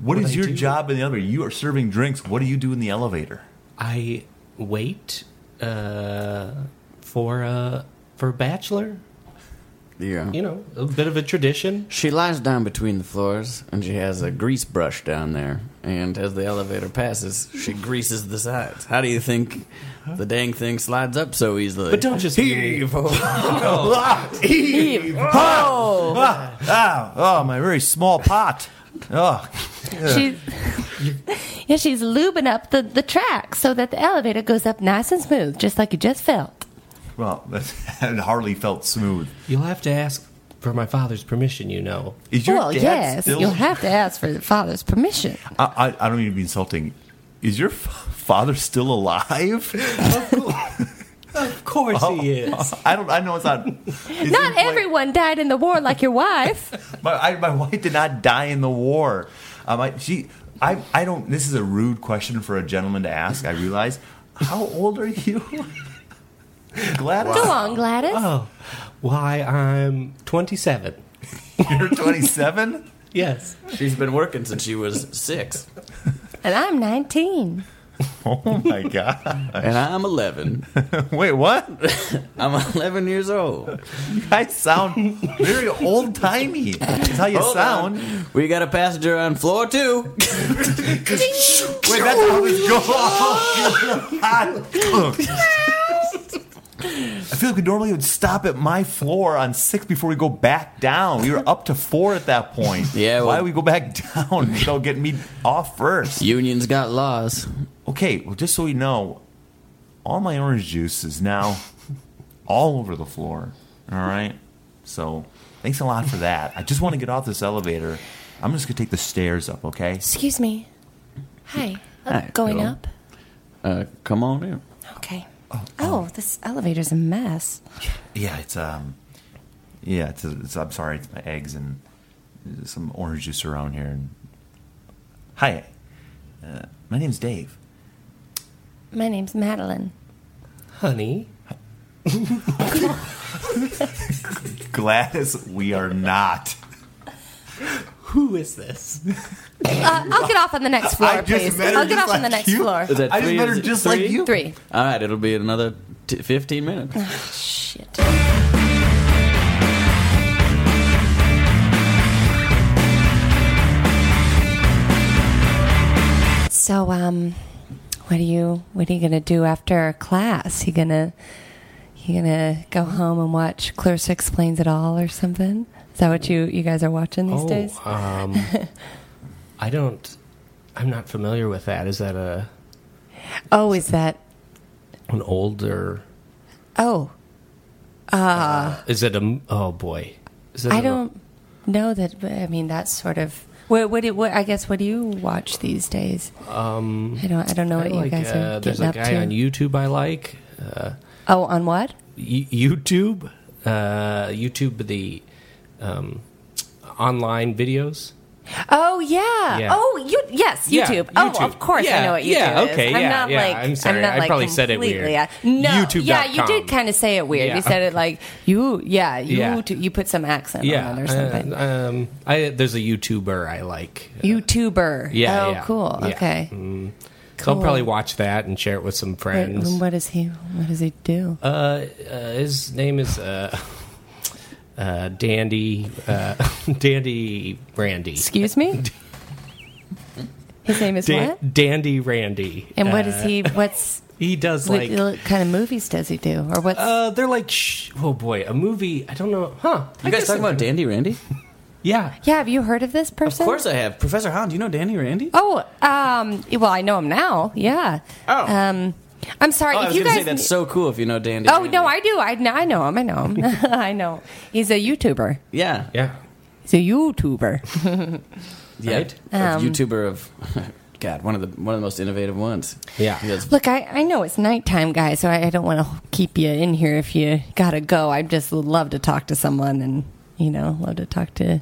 S4: What
S2: What
S4: is
S2: I
S4: your
S2: do-
S4: job in the elevator? You are serving drinks. What do you do in the elevator?
S2: I wait uh, for uh, for bachelor.
S1: Yeah.
S2: You know, a bit of a tradition.
S1: She lies down between the floors, and she has a grease brush down there. And as the elevator passes, she greases the sides. How do you think the dang thing slides up so easily?
S2: But don't just
S1: evil.
S2: Oh.
S4: Ah, ah, oh, my very small pot. Oh,
S3: She's,
S6: Yeah, she's lubing up the, the track so that the elevator goes up nice and smooth, just like you just felt.
S4: well, it hardly felt smooth.
S2: You'll have to ask for my father's permission. You know.
S4: Is your
S3: well,
S4: dad
S3: yes,
S4: still
S3: you'll have to ask for the father's permission.
S4: I, I, I don't mean to be insulting. Is your f- father still alive? Oh,
S2: Of course he is.
S4: I don't. I know it's not. it's
S3: Not
S4: just like-
S3: everyone died in the war like your wife.
S4: my, I, my wife did not die in the war. Um, I, she. I. I don't. This is a rude question for a gentleman to ask. I realize. How old are you, Gladys?
S3: Go on, Gladys.
S2: Oh, why I'm 27.
S4: You're 27.
S2: Yes.
S1: She's been working since she was six,
S3: And I'm 19.
S4: Oh my god!
S1: and I'm 11.
S4: Wait, what?
S1: I'm 11 years old.
S4: You guys sound very old timey. That's how you
S1: Hold
S4: sound.
S1: We got a passenger on floor two.
S4: Wait, that's how this goes. I feel like we normally would stop at my floor on six before we go back down. We were up to four at that point.
S1: Yeah, well-
S4: Why do we go back down? You know, get me off first.
S1: Unions got laws.
S4: Okay, well, just so you know, all my orange juice is now all over the floor. All right? So thanks a lot for that. I just want to get off this elevator. I'm just going to take the stairs up, okay?
S6: Excuse me. Hi. Uh,
S1: Hi,
S6: going
S1: hello.
S6: up?
S1: Uh, come on in.
S6: Okay. Oh, this elevator's a mess.
S4: Yeah, it's um, yeah, it's, it's I'm sorry, it's my eggs and some orange juice around here. And hi, uh, my name's Dave.
S6: My name's Madeline.
S2: Honey.
S4: Gladys, we are not.
S2: Who is this?
S6: Uh, I'll get off on the next floor,
S4: I just
S6: please.
S4: met her
S6: I'll get
S4: just
S6: off on the
S4: like
S6: next
S4: you.
S6: floor.
S1: Is that
S4: I just
S1: three?
S4: met her
S1: Is it
S4: just like
S1: three?
S4: you.
S6: Three.
S1: All right, it'll be another t- 15 minutes.
S6: Shit. So, um, what are you what are you gonna do after class? You gonna you gonna go home and watch Clarissa Explains It All or something? Is that what you you guys are watching these days?
S2: um, I don't. I'm not familiar with that. Is that a
S3: Oh, is that?
S2: an older?
S3: Oh,
S2: Is it a? Oh boy. Is it
S3: I
S2: a-
S3: don't know that. but, I mean, that's sort of. What, what, do- what, I guess. What do you watch these days? Um, I don't. I don't know
S2: I
S3: what you
S2: like,
S3: guys
S2: uh,
S3: are
S2: there's
S3: getting
S2: a
S3: up
S2: guy
S3: to.
S2: on YouTube I like.
S3: Oh, on what?
S2: Y- YouTube. Uh, YouTube the um, online videos.
S3: Oh yeah.
S2: Yeah.
S3: Oh, you yes,
S2: Yeah,
S3: YouTube.
S2: YouTube.
S3: Oh, of course I
S2: Yeah,
S3: know what YouTube
S2: yeah,
S3: is.
S2: okay,
S3: I'm
S2: yeah,
S3: not
S2: yeah,
S3: like
S2: I'm sorry,
S3: not
S2: I
S3: like
S2: probably said it
S3: completely- uh,
S2: weird.
S3: No.
S2: YouTube.com.
S3: Yeah, you did kind of say it weird.
S2: Yeah.
S3: You said it like you yeah, you
S2: Yeah.
S3: you put some accent
S2: Yeah,
S3: on it or something.
S2: uh, um, I, there's a YouTuber I like.
S3: YouTuber.
S2: Yeah,
S3: Oh,
S2: yeah,
S3: cool.
S2: yeah.
S3: Okay.
S2: So I'll
S3: Cool.
S2: probably watch that and share it with some
S3: Wait,
S2: friends.
S3: what does he what does he do?
S2: Uh, uh, his name is uh, uh, Dandy uh, Dandy Randy.
S3: Excuse me? His name is
S2: Dan-
S3: what?
S2: Dandy Randy.
S3: And what
S2: Uh,
S3: is he what's
S2: He does
S3: what,
S2: like
S3: what kind of movies does he do? Or what's
S2: uh, they're like sh- oh boy, a movie. I don't know, huh? I
S1: You guys
S2: guess
S1: talking
S2: I-
S1: about Dandy Randy?
S2: yeah.
S3: Yeah, have you heard of this
S1: Of
S3: person?
S1: course I have. Professor Hahn, do you know Dandy Randy?
S3: Oh, um, well, I know him now. Yeah.
S1: Oh.
S3: Um, I'm sorry.
S1: Oh,
S3: if
S1: I was
S3: you
S1: going to
S3: guys.
S1: say that's so cool if you know Dandy.
S3: oh
S1: Randy.
S3: no, I do. I know. I know him. I know him. I know. He's a YouTuber.
S1: Yeah.
S2: Yeah.
S3: He's a YouTuber.
S1: Yeah.
S2: Right?
S1: Of
S3: Um,
S1: YouTuber of God, one of the one of the most innovative ones.
S2: Yeah.
S1: He does-
S3: Look, I, I know it's nighttime, guys, so I, I don't want to keep you in here if you gotta go. I just would love to talk to someone, and you know, love to talk to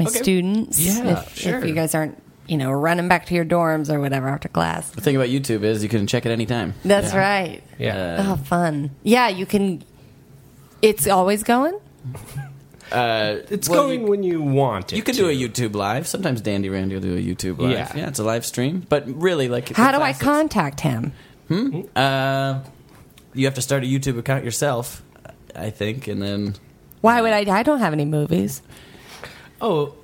S3: my
S2: Okay.
S3: students.
S2: Yeah,
S3: if,
S2: sure.
S3: if you guys aren't, you know, running back to your dorms or whatever after class.
S1: the thing about YouTube is you can check it anytime.
S3: That's right.
S2: Yeah.
S3: Oh, fun. Yeah, you can. It's always going.
S2: it's
S1: well,
S2: going
S1: you-
S2: when you want it.
S1: You can do a YouTube live. Sometimes Dandy Randy will do a YouTube live.
S2: Yeah.
S1: it's a live stream. But really, like,
S3: How do I
S1: con?
S3: contact him?
S1: Uh, you have to start a YouTube account yourself, I think, and then
S3: Why would I? I don't have any movies.
S2: Oh,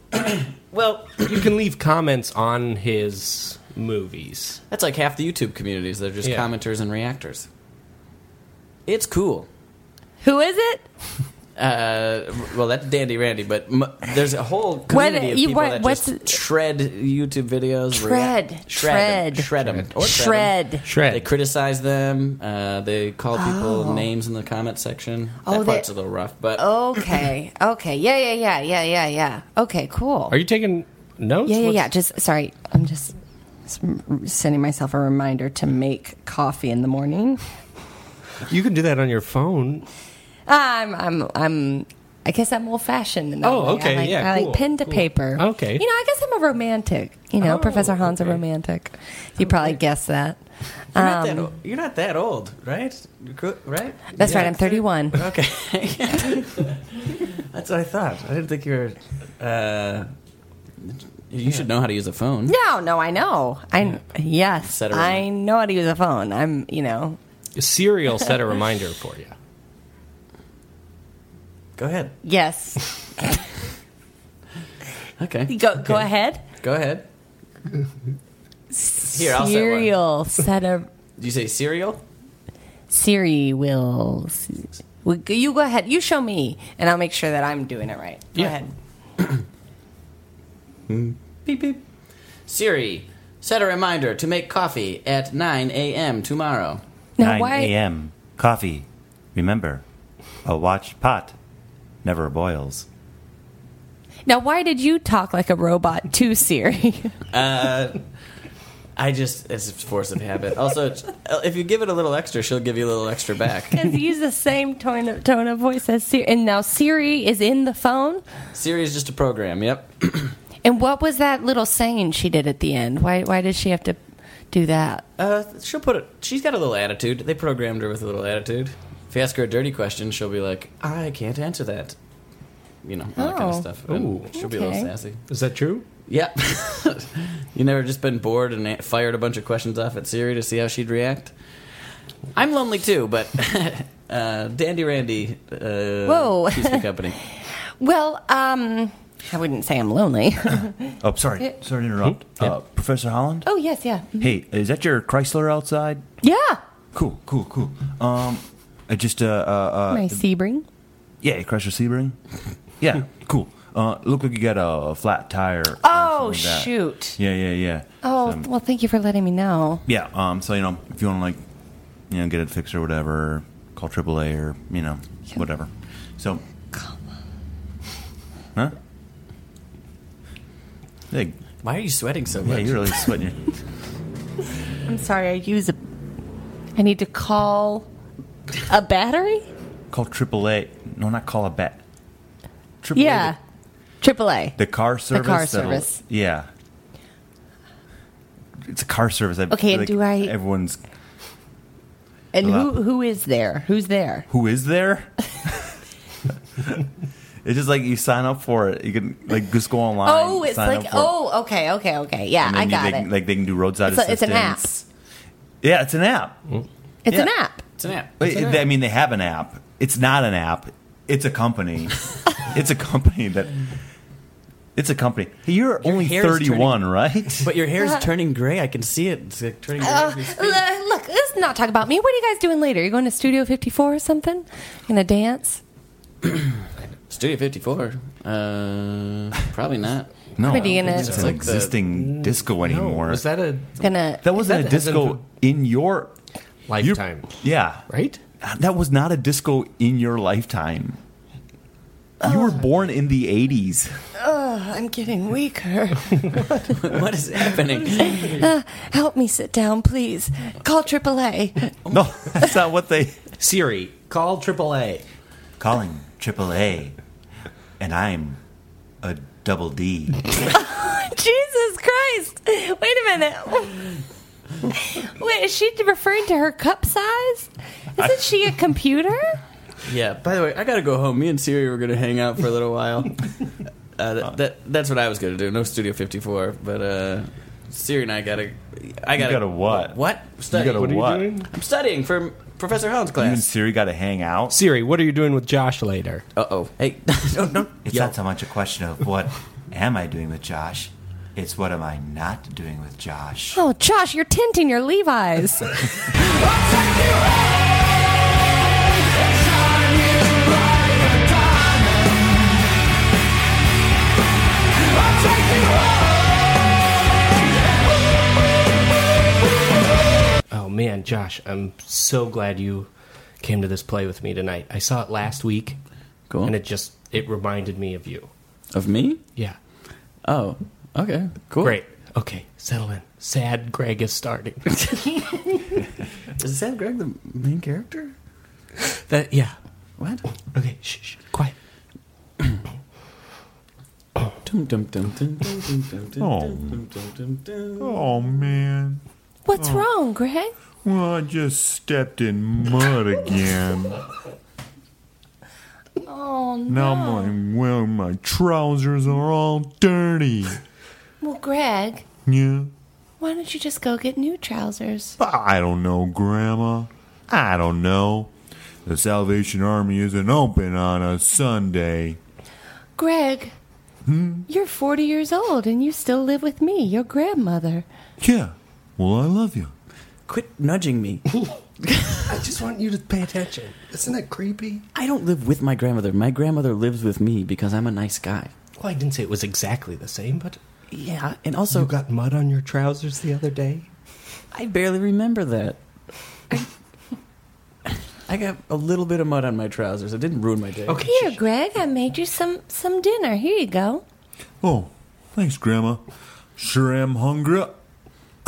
S2: well, you can leave comments on his movies.
S1: that's like half the YouTube communities. They're just
S2: Yeah.
S1: commenters and reactors. It's cool.
S3: Who is it?
S1: Uh, well, that's Dandy Randy, but m- there's a whole community of
S3: you-
S1: people
S3: what-
S1: that
S3: what's-
S1: just shred YouTube videos,
S3: Shred.
S1: react- shred, 'em,
S3: Shred.
S1: shred them, or shred. 'em.
S3: Shred.
S2: Shred.
S1: They criticize them. Uh, they call people names in the comment section.
S3: Oh,
S1: that
S3: they- Oh.
S1: part's a little rough, but
S3: Okay. Okay. Yeah. Yeah. Yeah. Yeah. Yeah. Yeah. Okay. Cool.
S2: Are you taking notes?
S3: yeah. Yeah.
S2: What's-
S3: Yeah. Just sorry. I'm just s- sending myself a reminder to make coffee in the morning.
S2: You can do that on your phone.
S3: I'm. I'm. I'm. I guess I'm old fashioned. in that
S2: Oh,
S3: way. I
S2: okay,
S3: like-
S2: yeah,
S3: I
S2: cool,
S3: like pen to
S2: cool.
S3: paper.
S2: Okay.
S3: You know, I guess I'm a romantic. You know,
S2: Oh,
S3: Professor Hans
S2: okay.
S3: a romantic. You probably guessed that.
S1: you're, not
S3: Um,
S1: that, o- you're not that old, right? You're cr- Right?
S3: That's
S1: Yeah.
S3: right. I'm 31.
S1: Okay. That's what I thought. I didn't think you were. Uh, you should know how to use a phone.
S3: No, no, I know. I yes,
S1: Set a
S3: I
S1: reminder.
S3: know how to use a phone. I'm, you know,
S2: Siri will set a reminder for you.
S1: Go ahead.
S3: yes.
S1: Okay.
S3: Go go ahead.
S1: Go ahead. Here, I'll set one.
S3: Serial set a
S1: Did you say cereal?
S3: Siri will. s- will- You go ahead. You show me, and I'll make sure that I'm doing it right. Go
S2: Yeah.
S3: ahead.
S1: Beep beep. Siri, set a reminder to make coffee at 9 a.m. tomorrow.
S3: Now
S4: 9
S3: why?
S4: a.m. Coffee. Remember, a watch pot never boils.
S3: Now why did you talk like a robot to Siri?
S1: I just, it's a force of habit. Also, if you give it a little extra, she'll give you a little extra back.
S3: Because you use the same tone of, tone of voice as Siri, and now Siri is in the phone.
S1: Siri is just a program, yep.
S3: And what was that little saying she did at the end? Why why did she have to do that?
S1: Uh, she'll put it. She's got a little attitude. They programmed her with a little attitude. If you ask her a dirty question, she'll be like, "I can't answer that." You know, all that kind of
S3: Oh.
S1: stuff. And
S2: Ooh.
S1: she'll be a little
S3: Okay.
S1: sassy.
S2: Is that true?
S1: Yeah. you never just been bored and a- fired a bunch of questions off at Siri to see how she'd react. I'm lonely too, but uh, Dandy Randy. Uh,
S3: Whoa.
S1: keeps me company.
S3: Well, um, I wouldn't say I'm lonely.
S4: Oh, sorry. Sorry to interrupt. Uh, Professor Holland?
S3: Hmm? oh yes, yeah,
S4: Hey, is that your Chrysler outside?
S3: yeah.
S4: Cool, cool, cool. Um, I just, uh, uh, uh
S3: My Sebring.
S4: yeah, Chrysler Sebring? Yeah, cool. Uh, look like you got a flat tire. or something
S3: Oh
S4: like that.
S3: shoot.
S4: Yeah, yeah, yeah.
S3: Oh
S4: So-
S3: well, thank you for letting me know.
S4: Yeah. Um. So you know, if you want to like, you know, get it fixed or whatever, call AAA or you know, whatever. So. Huh? Hey,
S1: Why are you sweating so
S4: yeah,
S1: much?
S4: you're really sweating.
S3: I'm sorry. I use a. I need to call a battery.
S4: call AAA. No, not call a bat. AAA.
S3: Yeah. AAA.
S4: The car service.
S3: car
S4: that'll-
S3: service.
S4: Yeah. It's a car service. I
S3: Okay, and
S4: like,
S3: do I-
S4: Everyone's
S3: And
S4: Hello.
S3: who who is there? Who's there?
S4: who is there? it's just like you sign up for it. You can like just go online.
S3: Oh, it's
S4: sign up
S3: like
S4: for it,
S3: oh, okay, okay, okay. Yeah,
S4: and
S3: I
S4: then you-
S3: got
S4: they
S3: it.
S4: can- Like they can do roadside
S3: It's a- it's an
S4: assistance. Yeah, it's an app.
S3: it's an
S4: yeah.
S3: app.
S1: Mm. It's an app.
S4: Wait, I mean, they have an app. It's not an app. It's a company. it's a company that. It's a company. Hey, you're only
S1: hair is
S4: 31, right?
S1: But your hair's turning gray. I can see it. It's like turning gray.
S3: Uh, l- look, let's not talk about me. What are you guys doing later? You going to Studio 54 or something? Gonna dance?
S1: Studio 54. Uh, probably not.
S4: No,
S3: Pretty
S4: I don't
S3: in
S4: think
S3: it.
S4: it's
S3: It's
S4: an
S1: like the-
S4: existing disco anymore.
S2: Was that a
S3: Gonna
S4: That wasn't
S2: that
S4: a disco
S2: hasn't-
S4: in your you-
S2: lifetime?
S4: yeah,
S2: Right?
S4: That was not a disco in your lifetime. You were born in the '80s.
S3: I'm getting weaker.
S1: What is happening?
S3: Help me sit down, please. Call AAA.
S4: No, that's not what they.
S2: Siri, call AAA.
S4: Calling AAA, and I'm a double D.
S3: Jesus Christ. Wait a minute. Wait, is she referring to her cup size? Isn't she a computer?
S1: yeah. By the way, I gotta go home. Me and Siri were gonna hang out for a little while. Uh, that, that that's what I was gonna do. No Studio 54, but uh, Siri and I gotta. I gotta.
S4: gotta what?
S1: What? Study.
S4: gotta What are you what? doing?
S1: I'm studying for Professor Holland's
S4: You and
S1: class.
S4: Siri got to hang out.
S2: Siri, what are you doing with Josh later?
S1: Uh oh. Hey, don't, don't.
S4: It's
S1: yell.
S4: not so much a question of what am I doing with Josh, it's what am I not doing with Josh.
S3: Oh, Josh, you're tinting your Levi's.
S2: Oh man, Josh, I'm so glad you came to this play with me tonight. I saw it last week,
S1: Cool.
S2: and it just it reminded me of you.
S1: Of me?
S2: Yeah,
S1: Oh. Okay. Cool.
S2: great. Okay, settle in. Sad Greg is starting.
S1: Is Sam Greg the main character?
S2: that yeah.
S1: What?
S2: Okay, shh, shh, quiet.
S1: Dum dum dum dum dum dum dum dum
S4: Oh.
S1: dum dum dum dum.
S4: Oh man. Oh.
S3: What's wrong, Greg?
S4: Well, I just stepped in mud again.
S6: Oh,
S4: Now my well, my trousers are all dirty.
S6: well, Greg,
S4: Yeah.
S6: why don't you just go get new trousers?
S4: I don't know, Grandma. I don't know. The Salvation Army isn't open on a Sunday.
S6: Greg,
S4: hmm?
S6: you're 40 years old and you still live with me, your grandmother.
S4: Yeah. Well, I love you.
S1: Quit nudging me.
S2: I just want you to pay attention. Isn't that creepy?
S1: I don't live with my grandmother. My grandmother lives with me because I'm a nice guy.
S2: Well, I didn't say it was exactly the same, but
S1: Yeah, and
S2: you
S1: also
S2: got mud on your trousers the other day.
S1: I barely remember that. I, I got a little bit of mud on my trousers. It didn't ruin my day.
S2: Okay,
S3: Here, Greg, I made you some some dinner. Here you go.
S4: Oh, thanks, Grandma. Sure am hungry.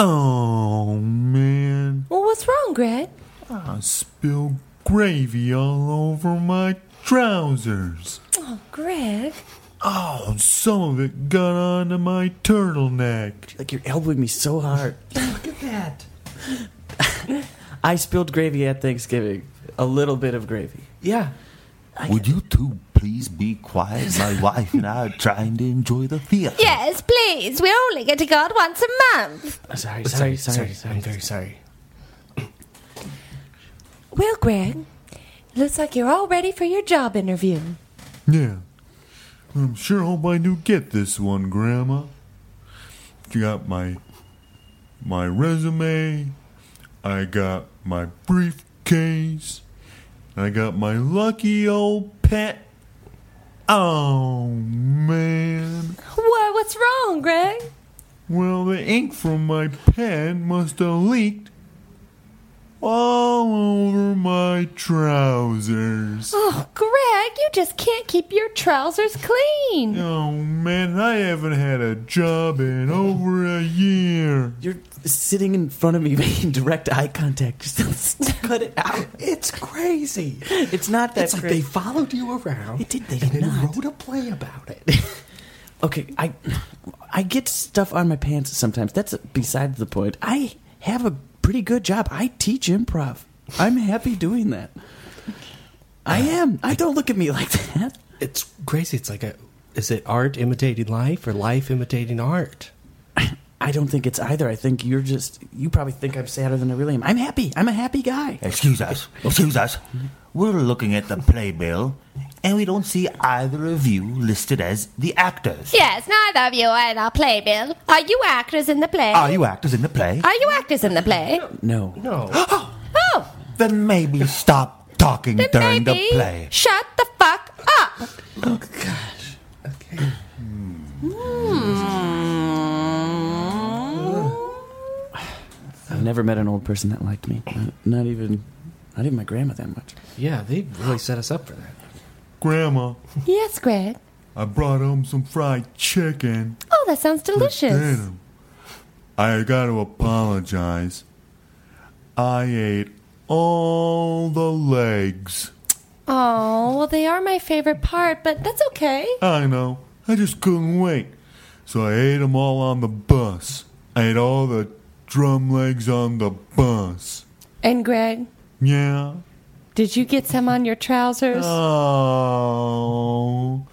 S4: Oh, man.
S3: Well, what's wrong, Greg?
S4: I spilled gravy all over my trousers.
S3: Greg,
S4: Oh, some of it got onto my turtleneck.
S1: Like you're elbowing me so hard. Look at that. I spilled gravy at Thanksgiving. A little bit of gravy.
S2: Yeah.
S4: Would you two please be quiet? My wife and I are trying to enjoy the theater.
S3: Yes, please. We only get to go out once a month.
S2: Sorry,
S1: sorry,
S2: sorry, sorry,
S1: sorry,
S2: I'm very sorry.
S3: Well, Greg, looks like you're all ready for your job interview.
S4: Yeah. I'm sure hope I do get this one, Grandma. You got my my resume, I got my briefcase, I got my lucky old pet. Oh man.
S3: What? What's wrong, Greg?
S4: Well the ink from my pen must have leaked all over my trousers.
S3: Oh, Greg, you just can't keep your trousers clean.
S4: Oh man, I haven't had a job in over a year.
S1: You're sitting in front of me making direct eye contact. Just cut it out.
S2: It's crazy.
S1: It's not that
S2: it's like
S1: crazy.
S2: they followed you around.
S1: They did, they
S2: and
S1: did
S2: then
S1: not.
S2: wrote a play about it.
S1: okay, I I get stuff on my pants sometimes. That's besides the point. I have a pretty good job. I teach improv. I'm happy doing that. I am. Uh, I don't look at me like that.
S2: It's crazy. It's like a is it art imitating life or life imitating art?
S1: I don't think it's either. I think you're just you probably think I'm sadder than I really am. I'm happy. I'm a happy guy.
S4: Excuse us. Excuse us. We're looking at the playbill, and we don't see either of you listed as the actors.
S3: Yes, neither of you are in our play, Bill. Are you actors in the play?
S4: Are you actors in the play?
S3: Are you actors in the play?
S1: No.
S2: No.
S3: Oh,
S4: Then maybe stop talking
S3: then
S4: during
S3: maybe
S4: the play.
S3: shut the fuck up. Hmm.
S1: I've never met an old person that liked me. Not, not even not even my grandma that much.
S2: yeah, they really set us up for that.
S7: Grandma,
S3: Yes, Greg.
S7: I brought home some fried chicken.
S3: Oh, that sounds delicious.
S7: Damn. I gotta apologize. I ate all the legs.
S3: Oh, well, they are my favorite part, but that's okay.
S7: I know. I just couldn't wait. So I ate 'em all on the bus. I ate all the drum legs on the bus.
S3: And Greg,
S7: Yeah.
S3: did you get some on your trousers?
S7: Uh, Oh.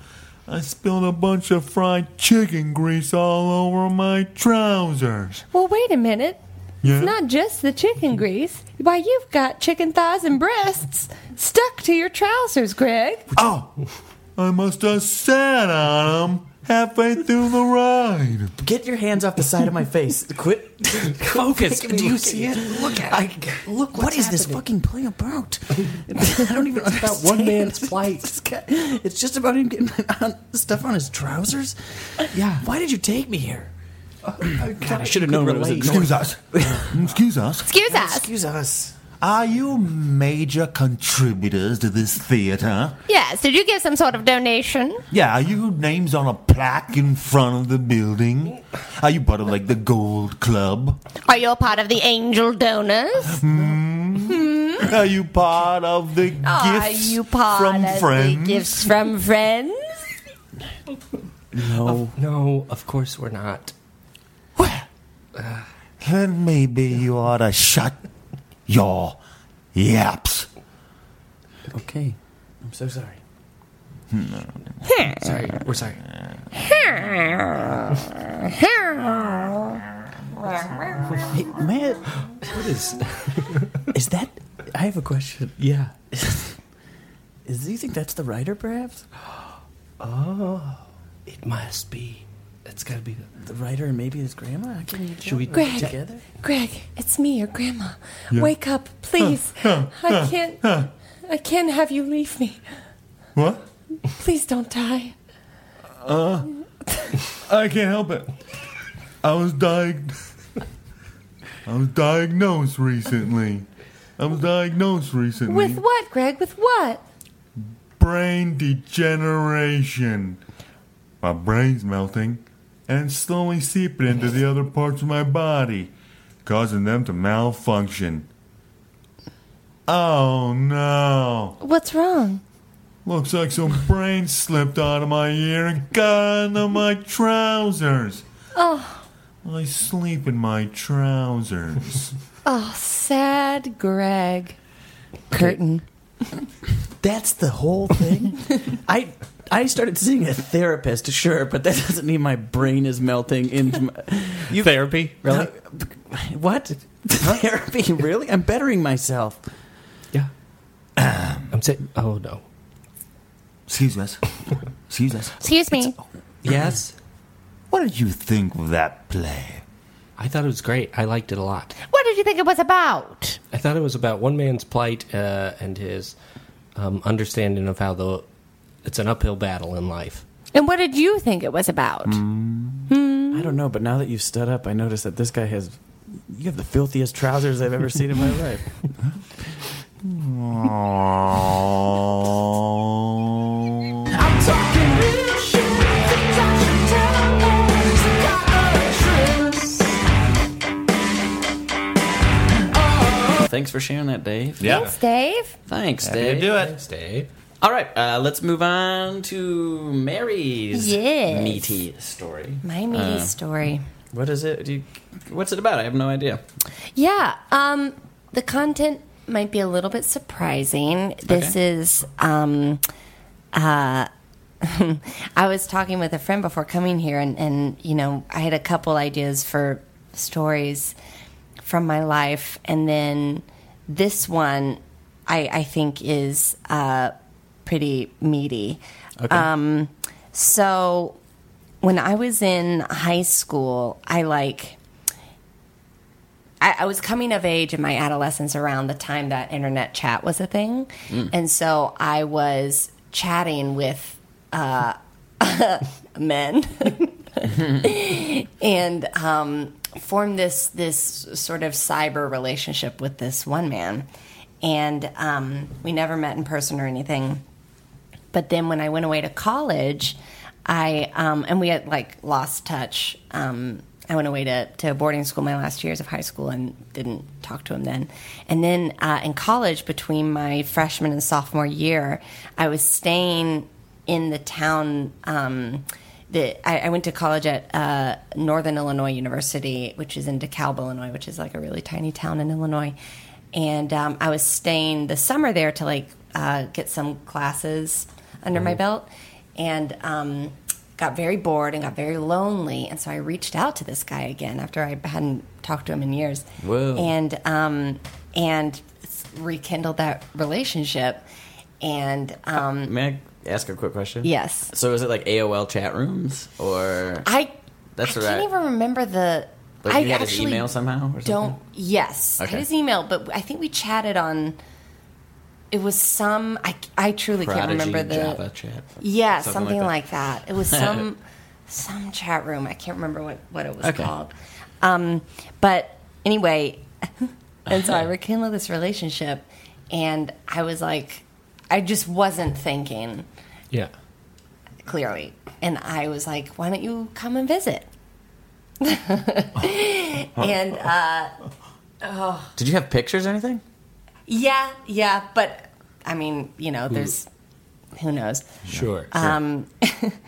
S7: I spilled a bunch of fried chicken grease all over my trousers.
S3: Well, wait a minute.
S7: Yeah.
S3: It's not just the chicken grease. Why, you've got chicken thighs and breasts stuck to your trousers, Greg.
S7: I must have sat on 'em halfway through the ride.
S1: Get your hands off the side of my face. Quit. Focus. Do you see it? Look at I, Look. What is this fucking play about? I don't even it's
S2: about one man's plight.
S1: It's got- it's just about him getting on, stuff on his trousers. Yeah. Why did you take me here? God, I should have known what it was.
S4: Excuse us. Excuse us.
S3: Excuse us.
S1: Excuse us.
S4: Are you major contributors to this theater?
S3: Yes, did you give some sort of donation?
S4: Yeah, are you names on a plaque in front of the building? Are you part of like the Gold Club?
S3: Are you a part of the angel donors?
S4: Are you part of the
S3: Are
S4: gifts
S3: you part
S4: from
S3: of
S4: friends?
S3: the gifts from friends?
S1: No.
S2: No, of course we're not.
S4: Then maybe you ought to shut your yaps.
S1: Okay. I'm so sorry.
S2: Sorry, we're sorry.
S1: Hey, Matt. What is? Is that? I have a question.
S2: Yeah.
S1: Is do you think that's the writer, perhaps?
S2: It must be. It's gotta be.
S1: The writer and maybe his grandma. Can you
S2: Should we-
S3: Greg.
S1: together?
S3: Greg, it's me, your grandma. Wake up, please. I can't. I can't have you leave me.
S7: What?
S3: Please don't die.
S7: I can't help it. I was diag- I was diagnosed recently. I was diagnosed recently.
S3: With what, Greg? With what?
S7: brain degeneration. My brain's melting and slowly seeping into the other parts of my body, causing them to malfunction. Oh no.
S3: What's wrong?
S7: Looks like some brain slipped out of my ear and got into my trousers. Oh. I sleep in my trousers.
S3: Oh, sad Greg. Curtain.
S1: That's the whole thing. I I started seeing a therapist, sure, but that doesn't mean my brain is melting into my, you
S2: Therapy? Really?
S1: what therapy? Really? I'm bettering myself.
S2: Yeah. I'm saying. Oh no.
S4: Excuse us. Excuse us.
S3: Excuse me.
S2: Yes.
S4: What did you think of that play?
S2: I thought it was great. I liked it a lot.
S3: What did you think it was about?
S2: I thought it was about one man's plight uh, and his um, understanding of how the it's an uphill battle in life.
S3: And what did you think it was about?
S4: Mm.
S1: I don't know, but now that you've stood up, I notice that this guy has. You have the filthiest trousers I've ever seen in my life.
S4: Oh.
S1: Thanks for sharing that, Dave.
S8: Yeah.
S3: Thanks, Dave.
S1: Thanks,
S8: You
S1: Dave.
S8: do it.
S2: Thanks, Dave.
S1: All right, uh, let's move on to Mary's
S3: Yes.
S1: meaty story.
S3: My meaty
S4: Uh.
S3: story.
S1: What is it? Do you, what's it about? I have no idea.
S3: Yeah. Um, the content might be a little bit surprising. This
S1: Okay.
S3: is. Um, uh, I was talking with a friend before coming here, and, and you know, I had a couple ideas for stories from my life, and then this one, I, I think, is uh, pretty meaty.
S1: Okay.
S3: Um, so when I was in high school, I like I, I was coming of age in my adolescence around the time that internet chat was a thing, and so I was chatting with uh, men and um, formed this this sort of cyber relationship with this one man, and um, we never met in person or anything but then when I went away to college, I um, and we had like lost touch. Um, I went away to, to boarding school my last years of high school and didn't talk to him then. And then uh, in college, between my freshman and sophomore year, I was staying in the town. Um, that I, I went to college at uh, Northern Illinois University, which is in DeKalb, Illinois, which is like a really tiny town in Illinois. And um, I was staying the summer there to like uh, get some classes under my belt and um, got very bored and got very lonely. And so I reached out to this guy again after I hadn't talked to him in years.
S1: Whoa.
S3: And um, and rekindled that relationship. And um,
S1: May I ask a quick question?
S3: yes,
S1: So is it like AOL chat rooms or
S3: I.
S1: That's
S3: I
S1: right.
S3: can't even remember the.
S1: like
S3: I
S1: you had his
S3: actually
S1: email somehow? Or
S3: don't.
S1: something?
S3: Yes, I
S1: Okay.
S3: had his email, but I think we chatted on. It was some. I, I truly
S1: Prodigy
S3: can't remember the.
S1: Java chat.
S3: Yeah,
S1: Something
S3: something,
S1: like that.
S3: like, that. It was some some chat room. I can't remember what, what it was
S1: Okay.
S3: called. Um, but anyway, and so I rekindled this relationship, and I was like, I just wasn't thinking
S2: Yeah.
S3: clearly, and I was like, why don't you come and visit? and uh, oh.
S1: Did you have pictures or anything?
S3: yeah, yeah, but I mean, you know, there's who knows. Um,
S2: Sure.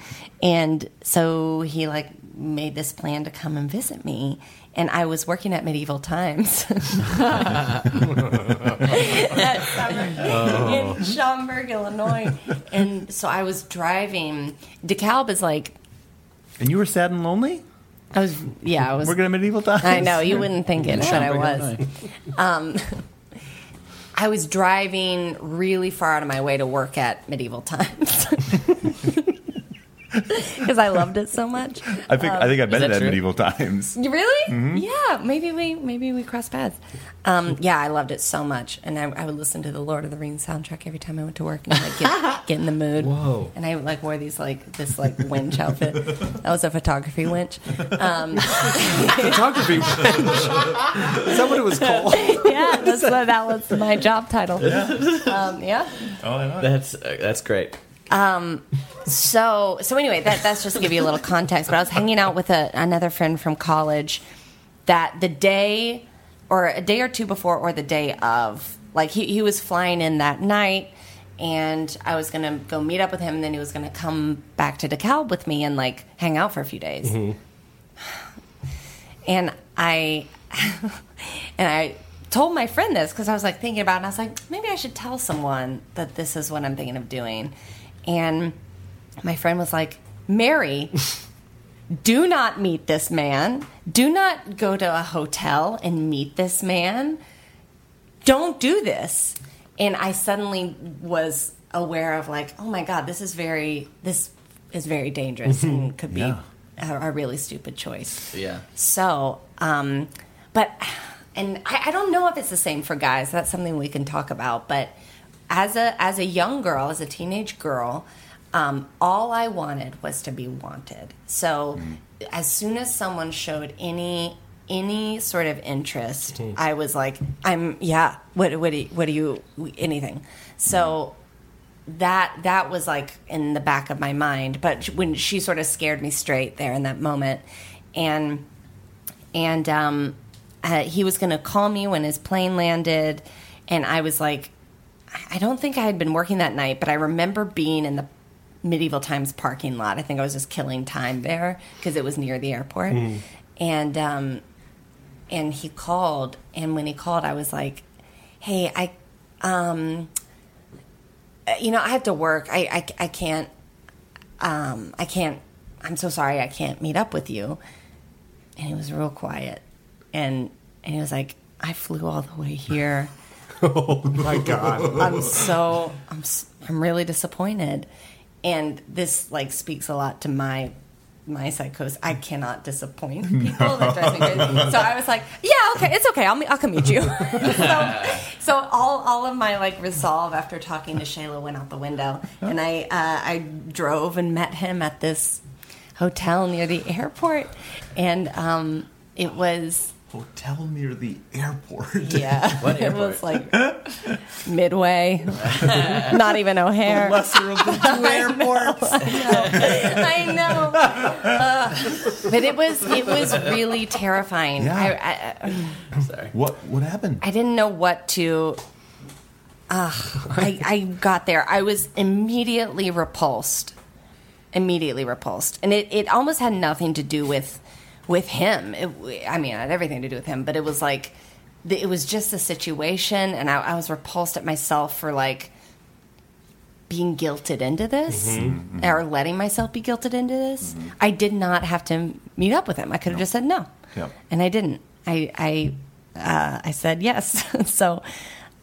S3: And so he like made this plan to come and visit me. And I was working at Medieval Times that summer
S1: Oh.
S3: in Schaumburg, Illinois. And so I was driving. DeKalb is like,
S4: And you were sad and lonely?
S3: I was, yeah, I was.
S4: We're going to medieval times.
S3: I know, you wouldn't think it, but I
S1: Schaumburg,
S3: was. Um,
S1: Illinois.
S3: I was driving really far out of my way to work at Medieval Times. Because I loved it so much.
S4: I think I
S3: Um,
S4: think I
S1: that
S4: bet that
S1: true?
S4: medieval times.
S3: Really? Yeah. Maybe we maybe we cross paths. Um, yeah, I loved it so much, and I, I would listen to the Lord of the Rings soundtrack every time I went to work and like get, get in the mood.
S2: Whoa.
S3: And I like wore these like this like winch outfit. That was a photography winch.
S2: Photography. Is that what it was called?
S3: Yeah, that's what, that was my job title. Um, yeah.
S1: That's uh, that's great.
S3: So so anyway, that that's just to give you a little context. But I was hanging out with a, another friend from college that the day or a day or two before or the day of, like he, he was flying in that night and I was gonna go meet up with him and then he was gonna come back to DeKalb with me and like hang out for a few days. And I and I told my friend this because I was like thinking about it and I was like, maybe I should tell someone that this is what I'm thinking of doing. And my friend was like, Mary, do not meet this man. Do not go to a hotel and meet this man. Don't do this. And I suddenly was aware of like, oh my God, this is very, this is very dangerous and could be a, a really stupid choice.
S1: Yeah.
S3: So, um, but, and I, I don't know if it's the same for guys. That's something we can talk about. But as a as a young girl, as a teenage girl, um, all I wanted was to be wanted. So, as soon as someone showed any any sort of interest, I was like, I'm yeah. What what do you, what do you anything? So that that was like in the back of my mind but when she sort of scared me straight there in that moment and and um uh, he was going to call me when his plane landed and i was like I don't think I had been working that night, but I remember being in the medieval times parking lot. I think I was just killing time there because it was near the airport. And um, and he called, and when he called, I was like, "Hey, I, um, uh, you know, I have to work. I I, I can't, um, I can't. I'm so sorry, I can't meet up with you." And he was real quiet, and and he was like, "I flew all the way here."
S9: My God.
S3: I'm so I'm s- I'm really disappointed, and this like speaks a lot to my my psychosis. I cannot disappoint people. That drives me crazy. So I was like, yeah, okay, it's okay. I'll meet, I'll come meet you. so, so all all of my like resolve after talking to Shayla went out the window, and I uh, I drove and met him at this hotel near the airport, and um, it was.
S9: Hotel near the airport.
S3: Yeah,
S2: What
S3: it
S2: airport?
S3: was like Midway, not even O'Hare.
S9: Lesser of the two airports.
S3: I know. Ugh. Uh, but it was it was really terrifying.
S9: Yeah.
S3: I, I
S9: What what happened?
S3: I didn't know what to. Ugh, I, I got there. I was immediately repulsed. Immediately repulsed, and it, it almost had nothing to do with with him. It, w- I mean, it had everything to do with him, but it was like th- it was just the situation, and I, I was repulsed at myself for like being guilted into this or letting myself be guilted into this. I did not have to meet up with him. I could have just said no,
S9: Yeah.
S3: and I didn't. I I uh, I said yes. so,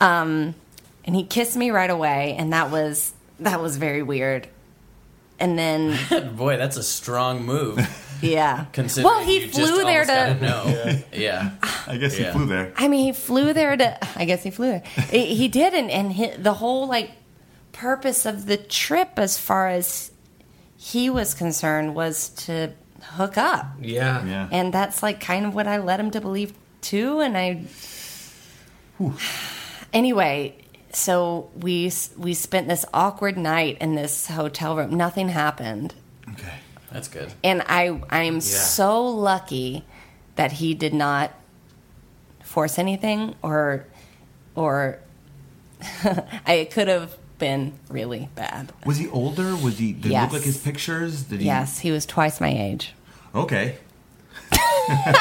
S3: um, and he kissed me right away, and that was that was very weird. And then,
S2: Boy, that's a strong move.
S3: yeah.
S2: Considering
S3: well, he
S2: you just
S3: flew there
S2: almost got
S3: to.
S2: a No. yeah.
S9: I guess
S2: he Yeah. flew
S9: there.
S3: I mean, he flew there to. I guess he flew there. he, he did, and and he, the whole like purpose of the trip, as far as he was concerned, was to hook up,
S10: Yeah.
S9: Yeah.
S3: and that's like kind of what I led him to believe too. And I, anyway, so we s- we spent this awkward night in this hotel room. Nothing happened,
S9: Okay.
S2: That's good.
S3: and I I am so lucky that he did not force anything or or I could have been really bad.
S7: Was he older? Was he? Did he
S3: Yes.
S7: look like his pictures? Did he?
S3: Yes, he was twice my age.
S7: Okay.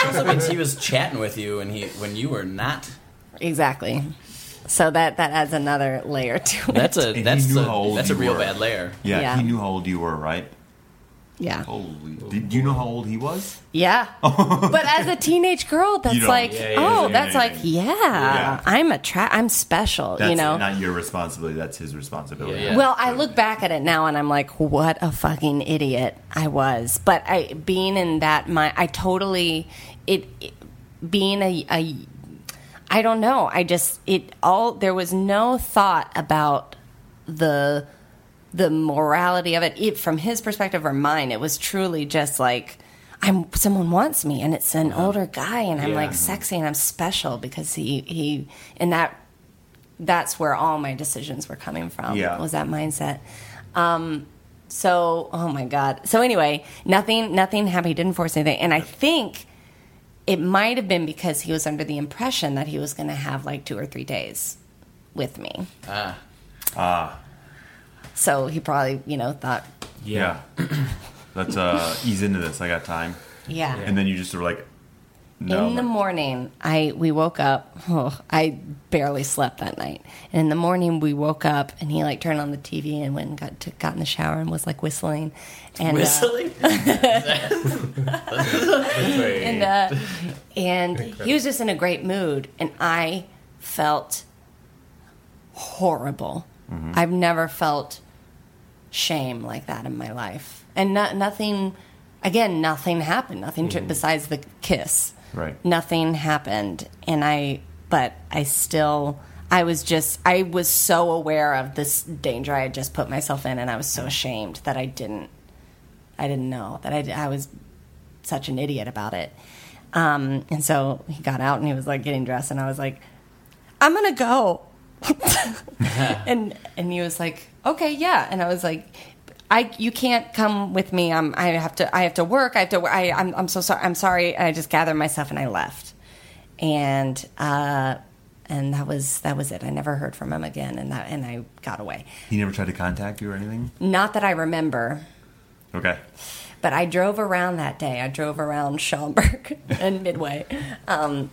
S2: also means he was chatting with you and he when you were not.
S3: Exactly. So that that adds another layer to it.
S2: That's a
S7: And he
S2: Uh, that's
S7: knew
S2: a,
S7: how old
S2: that's a
S7: you
S2: real
S7: were.
S2: bad layer.
S7: Yeah,
S3: Yeah.
S7: He knew how old you were, right?
S3: yeah.
S7: Holy. Did you know how old he was?
S3: Yeah. but as a teenage girl, that's
S7: don't-
S3: like,
S7: yeah,
S10: yeah,
S3: oh,
S10: yeah.
S3: that's like, yeah,
S7: Yeah.
S3: I'm a tra- I'm special,
S7: That's
S3: you know.
S7: not your responsibility. That's his responsibility.
S2: Yeah.
S3: Well, I look back at it now and I'm like, what a fucking idiot I was. But I being in that my I totally it, it being a, a I don't know. I just it all there was no thought about the the morality of it. it from his perspective or mine. It was truly just like I'm someone wants me and it's an older guy and I'm like sexy and I'm special because he he and that that's where all my decisions were coming from.
S7: Yeah.
S3: Was that mindset. Um, so, oh my God. So anyway, nothing, nothing happened. He didn't force anything. And I think it might have been because he was under the impression that he was going to have like two or three days with me. Ah. Ah. So he probably, you know, thought,
S7: Yeah. Let's uh, ease into this. I got time.
S3: yeah.
S7: And then you just were like, no.
S3: In the morning, I we woke up. Oh, I barely slept that night. And in the morning, we woke up, and he like turned on the TV and went and got to, got in the shower and was like whistling. And, uh,
S2: Whistling?
S3: and uh, and he was just in a great mood, and I felt horrible. I've never felt shame like that in my life, and no, nothing. Again, nothing happened. Nothing to, besides the kiss.
S7: Right.
S3: Nothing happened, and I. But I still. I was just. I was so aware of this danger I had just put myself in, and I was so ashamed that I didn't. I didn't know that I, I was such an idiot about it. Um, and so he got out and he was like getting dressed, and I was like, I'm gonna go. and and he was like, okay, yeah. And I was like, I you can't come with me. I'm I have to I have to work. I have to. wor- I I'm, I'm so sorry. I'm sorry. And I just gathered myself and I left. And uh, and and that was that was it. I never heard from him again, and that and I got away.
S7: He never tried to contact you or anything?
S3: Not that I remember,
S7: Okay.
S3: but I drove around that day. I drove around Schaumburg and Midway, um,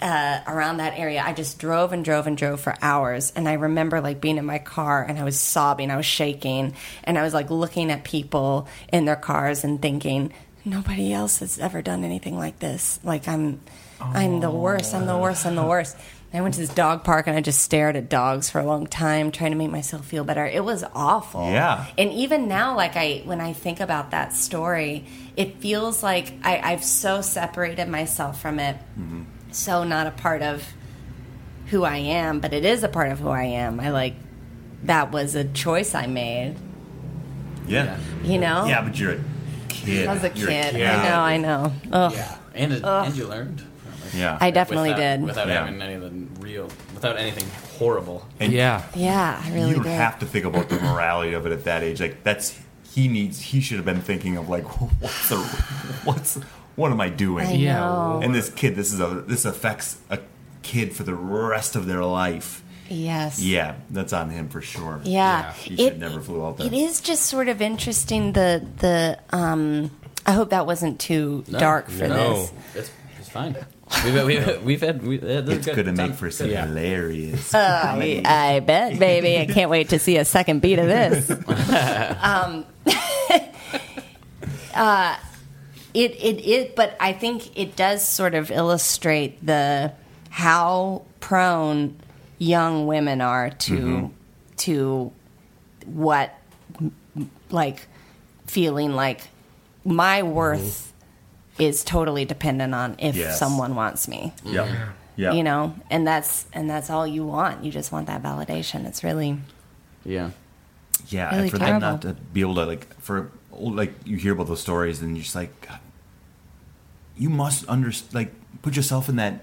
S3: uh, around that area. I just drove and drove and drove for hours. And I remember like being in my car and I was sobbing, I was shaking, and I was like looking at people in their cars and thinking, nobody else has ever done anything like this. Like I'm, I'm the worst. I'm the worst. I'm the worst. And I went to this dog park and I just stared at dogs for a long time, trying to make myself feel better. It was awful.
S7: Yeah.
S3: And even now, like I, when I think about that story, it feels like I, I've so separated myself from it, so not a part of who I am, but it is a part of who I am. I like that was a choice I made.
S7: Yeah.
S3: You know?
S7: Yeah, but you're a kid.
S3: I was a
S7: You're
S3: kid. I know. I know. Ugh.
S1: Yeah, and it,
S3: Ugh.
S1: and you learned.
S7: Yeah.
S3: I definitely
S1: Without-
S3: did.
S1: Without
S7: Yeah.
S1: having any of the real, without anything horrible.
S7: And
S2: yeah.
S3: Yeah, I really
S7: you don't
S3: did.
S7: have to think about the morality of it at that age. Like that's he needs. He should have been thinking of like what's the what's what am I doing?
S3: I
S2: Yeah,
S3: know.
S7: And this kid, this is a this affects a kid for the rest of their life.
S3: yes.
S7: Yeah, that's on him for sure.
S3: Yeah.
S7: he should never flew out there.
S3: It is just sort of interesting the the um I hope that wasn't too dark for
S2: No.
S3: this.
S1: It's, it's fine. We've, we've, we've had. We, uh, this is
S7: It's
S1: good.
S7: gonna make
S1: It's
S7: for
S1: on-
S7: some
S2: Yeah.
S7: hilarious.
S3: I, I bet, baby. I can't wait to see a second beat of this. um, uh, uh, it, it, it, but I think it does sort of illustrate the how prone young women are to to what like feeling like my worth is totally dependent on if
S7: Yes.
S3: someone wants me
S7: yeah, yeah.
S3: you know and that's and that's all you want you just want that validation it's really
S1: Yeah.
S7: Yeah,
S3: Really
S7: and for them not to be able to like for oh, like you hear about those stories and you're just like, God, you must understand. Like, put yourself in that.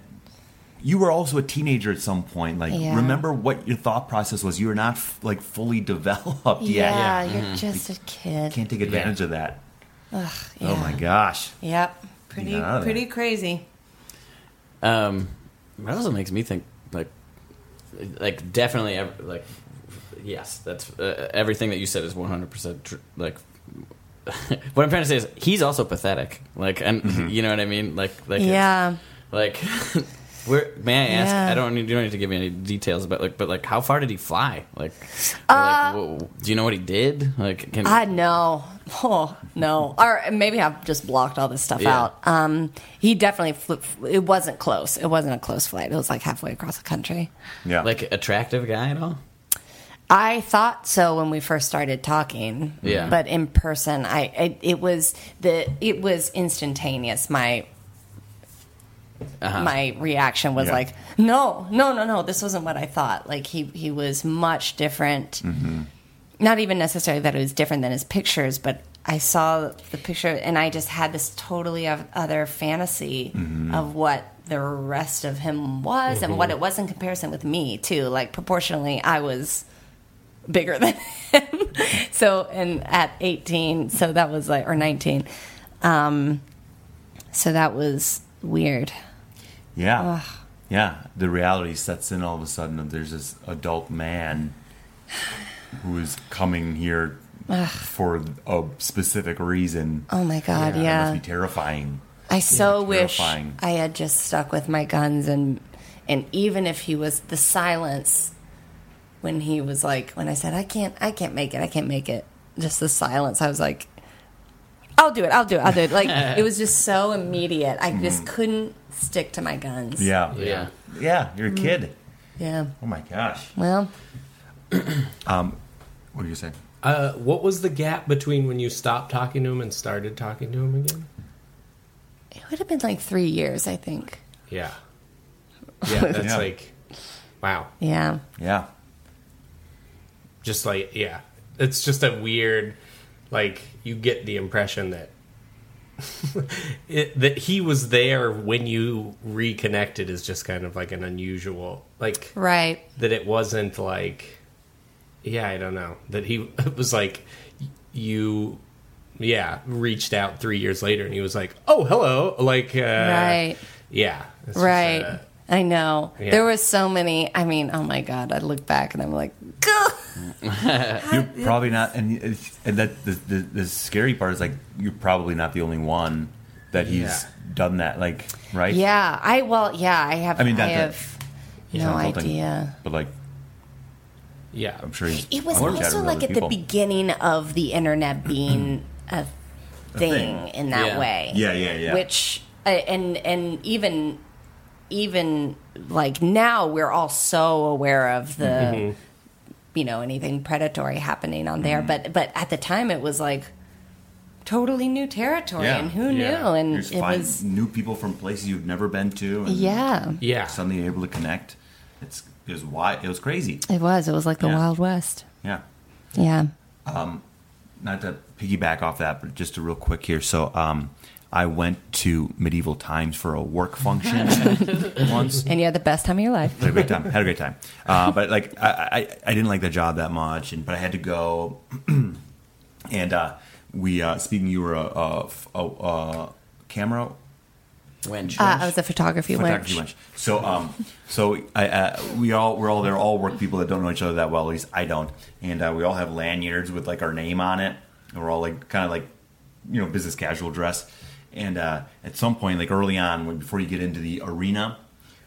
S7: You were also a teenager at some point. Like,
S3: Yeah.
S7: remember what your thought process was. You were not f- like fully developed yet.
S3: yeah, you're just a kid
S7: Can't take advantage of that.
S3: yeah.
S7: Oh my gosh.
S3: yep pretty
S7: Get out of there.
S3: pretty crazy
S1: Um, that also makes me think like, like definitely ev- like, yes, that's uh, everything that you said is one hundred percent true. Like, what I'm trying to say is he's also pathetic. Like, and
S2: Mm-hmm.
S1: you know what I mean. Like, like it's-
S3: yeah
S1: like, where may I ask?
S3: Yeah.
S1: I don't need you don't need to give me any details about like, but like, how far did he fly? Like, or, like whoa, do you know what he did? Like, can
S3: Uh, i know oh no or maybe i've just blocked all this stuff
S1: Yeah.
S3: out um he definitely flew it wasn't close it wasn't a close flight it was like halfway across the country
S7: Yeah.
S1: like attractive guy at all?
S3: I thought so when we first started talking.
S1: Yeah.
S3: But in person, I it, it was the it was instantaneous. My
S1: Uh-huh.
S3: my reaction was
S7: Yeah.
S3: like, no, no, no, no. This wasn't what I thought. Like he he was much different. Not even necessarily that it was different than his pictures, but I saw the picture and I just had this totally of other fantasy of what the rest of him was and what it was in comparison with me too. Like proportionally, I was bigger than him. so, and at 18, so that was like, or 19. Um, so that was weird.
S7: yeah. Yeah. The reality sets in all of a sudden that there's this adult man who is coming here for a specific reason.
S3: Oh my God. Yeah.
S7: That must be terrifying.
S3: I so wish
S7: terrifying.
S3: I had just stuck with my guns and, and even if he was the silence when he was like, when I said, I can't, I can't make it. I can't make it. Just the silence. I was like, I'll do it. I'll do it. I'll do it. Like it was just so immediate. I just couldn't stick to my guns.
S7: Mm-hmm. Yeah.
S1: Yeah.
S7: Yeah, you're a kid.
S3: Yeah.
S7: Oh my gosh.
S3: Well,
S7: What are you saying?
S2: Uh, what was the gap between when you stopped talking to him and started talking to him again?
S3: It would have been like three years, I think.
S2: Yeah. Yeah, that's
S7: Yeah.
S2: like, wow.
S3: Yeah.
S7: Yeah.
S2: Just like, yeah. It's just a weird, like, you get the impression that. it, that he was there when you reconnected is just kind of like an unusual like
S3: Right.
S2: that it wasn't like yeah i don't know that he it was like you yeah reached out three years later and he was like oh hello like uh
S3: right.
S2: yeah It's just,
S3: Right.
S2: uh,
S3: I know.
S7: Yeah.
S3: There were so many. I mean, oh my God. I look back and I'm like, "Gah."
S7: you're probably not, and, it's- and that the, the, the scary part is like you're probably not the only one that he's done that. Like, right?
S3: yeah. I, well, yeah, I have,
S7: I
S3: I,
S7: mean, that- that-
S3: have
S7: It's
S3: no
S7: not insulting,
S3: idea.
S7: But like,
S2: yeah,
S7: I'm sure he's
S3: It was
S7: probably
S3: also
S7: chatted with
S3: like
S7: other
S3: at
S7: people.
S3: the beginning of the internet being a thing, in that
S7: Yeah.
S3: way.
S7: Yeah, yeah, yeah.
S3: Which uh, and and even even like now we're all so aware of the
S11: Mhm.
S3: you know anything predatory happening on there, but but at the time it was like totally new territory, and who knew? And
S7: you just
S3: it
S7: find
S3: was Mm-hmm.
S7: new people from places you've never been to. And
S3: Yeah.
S2: yeah.
S7: Suddenly you're able to connect. It's it was wild. It was crazy.
S3: it was it was like the
S7: Yeah.
S3: Wild West.
S7: Yeah.
S3: Yeah.
S7: Um, not to piggyback off that, but just a real quick here. So, um, I went to medieval times for a work function once.
S3: And you had the best time of your life.
S7: Had a great time. Had a great time. Uh, but like, I, I, I didn't like that job that much, and but I had to go. and uh, we, uh, speaking, you were a, a, a, a camera
S1: Wench.
S3: Uh, I was a photography
S7: photography
S3: wench.
S7: wench. So, um, so I, uh, we all we're all there, all work people that don't know each other that well. At least I don't, and uh, we all have lanyards with like our name on it, and we're all like kind of like you know business casual dress. And uh, at some point, like early on, when, before you get into the arena,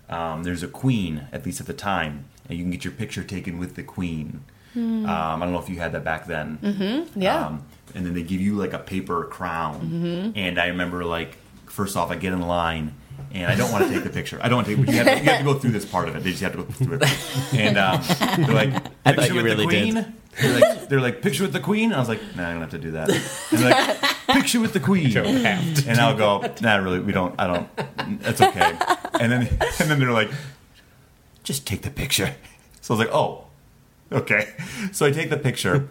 S7: um, there's a queen, at least at the time, and you can get your picture taken with the queen.
S11: Hmm.
S7: Um, I don't know if you had that back then.
S11: Mm-hmm. Yeah.
S7: Um, and then they give you like a paper crown.
S11: Mhm.
S7: And I remember like first off, I get in line and I don't want to take the picture. I don't want to take. But you, have to, you have to go through this part of it. They just have to go through it. And um, they're like,
S1: I thought
S7: "Picture
S1: you
S7: with
S1: really
S7: the queen.
S1: did.
S7: They're like, they're like, picture with the queen. I was like, nah, I don't have to do that. And they're like, picture with the queen. and I'll go, nah, really, we don't. I don't. That's okay. And then and then they're like, just take the picture. So I was like, oh, okay. So I take the picture,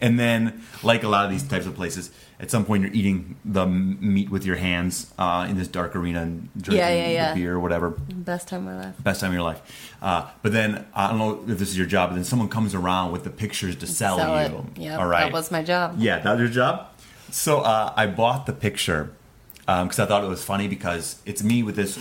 S7: and then, like a lot of these types of places, at some point you're eating the m- meat with your hands uh, in this dark arena and drinking
S3: Yeah, yeah, yeah.
S7: the beer or whatever.
S3: Best time of my life.
S7: Best time of your life. Uh, but then, I don't know if this is your job, but then someone comes around with the pictures to sell, you.
S3: it. Yep,
S7: All right.
S3: That was my job.
S7: Yeah, that was your job. So uh, I bought the picture because I thought it was funny because it's me with this.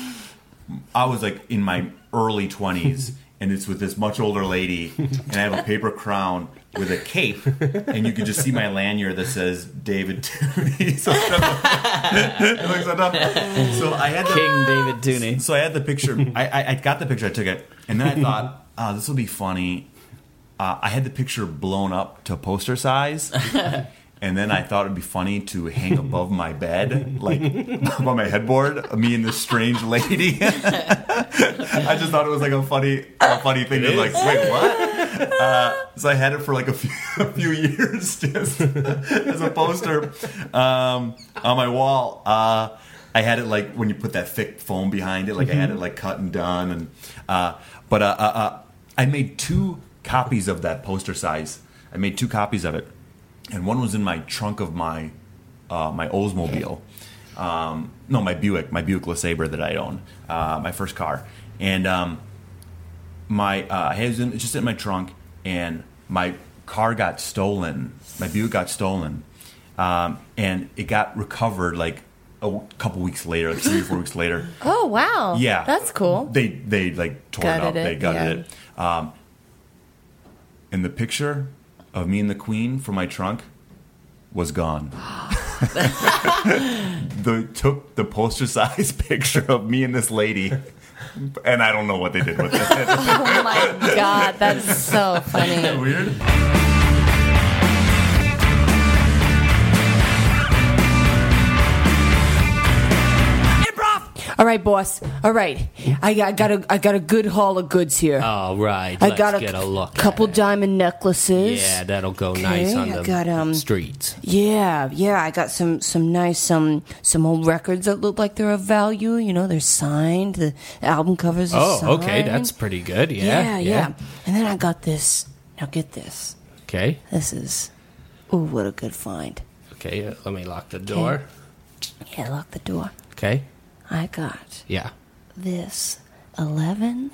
S7: I was like in my early twenties, and it's with this much older lady, and I have a paper crown with a cape, and you can just see my lanyard that says David Tooney. So, it looks like that. so I had the,
S3: uh,
S7: King
S1: David Tooney.
S7: So I had the picture. I, I, I got the picture. I took it, and then I thought, oh, this will be funny. Uh, I had the picture blown up to poster size. And then I thought it'd be funny to hang above my bed, like above my headboard, me and this strange lady. I just thought it was like a funny, a funny thing. to like, wait, what? Uh, so I had it for like a few, a few years, just as a poster um, on my wall. Uh, I had it like when you put that thick foam behind it, like I had it like cut and done, and uh, but uh, uh, uh, I made two copies of that poster size. I made two copies of it, and one was in my trunk of my uh, my Oldsmobile. Um, no, my Buick, my Buick LeSabre that I own, uh, my first car, and um, my uh, it was in, it's just in my trunk, and my car got stolen. My Buick got stolen, um, and it got recovered like a w- couple weeks later, like three or four weeks later.
S11: Oh wow.
S7: Yeah,
S11: That's cool.
S7: They they like tore it
S11: Gutted
S7: up. They
S11: it,
S7: gutted it. Um, and the picture of me and the Queen from my trunk was gone. they took the poster size picture of me and this lady, and I don't know what they did with it.
S11: oh
S3: my God, that's so
S7: Isn't that weird?
S12: All right, boss. All right, I got, I got a I got a good haul of goods here.
S2: All right,
S12: I
S2: Oh, let's
S12: got a,
S2: get a look.
S12: couple diamond necklaces.
S2: Yeah, that'll go nice
S12: Okay,
S2: on
S12: I
S2: the
S12: got, um,
S2: streets.
S12: Yeah, yeah, I got some some nice um some old records that look like they're of value. You know, they're signed. The album covers. Are
S2: Oh, okay,
S12: signed.
S2: that's pretty good.
S12: yeah,
S2: Yeah,
S12: And then I got this. Now get this.
S2: Okay,
S12: This is. Ooh, what a good find.
S2: okay. uh, Let me lock the door.
S12: Yeah, lock the door.
S2: Okay,
S12: I got
S2: yeah.
S12: this eleven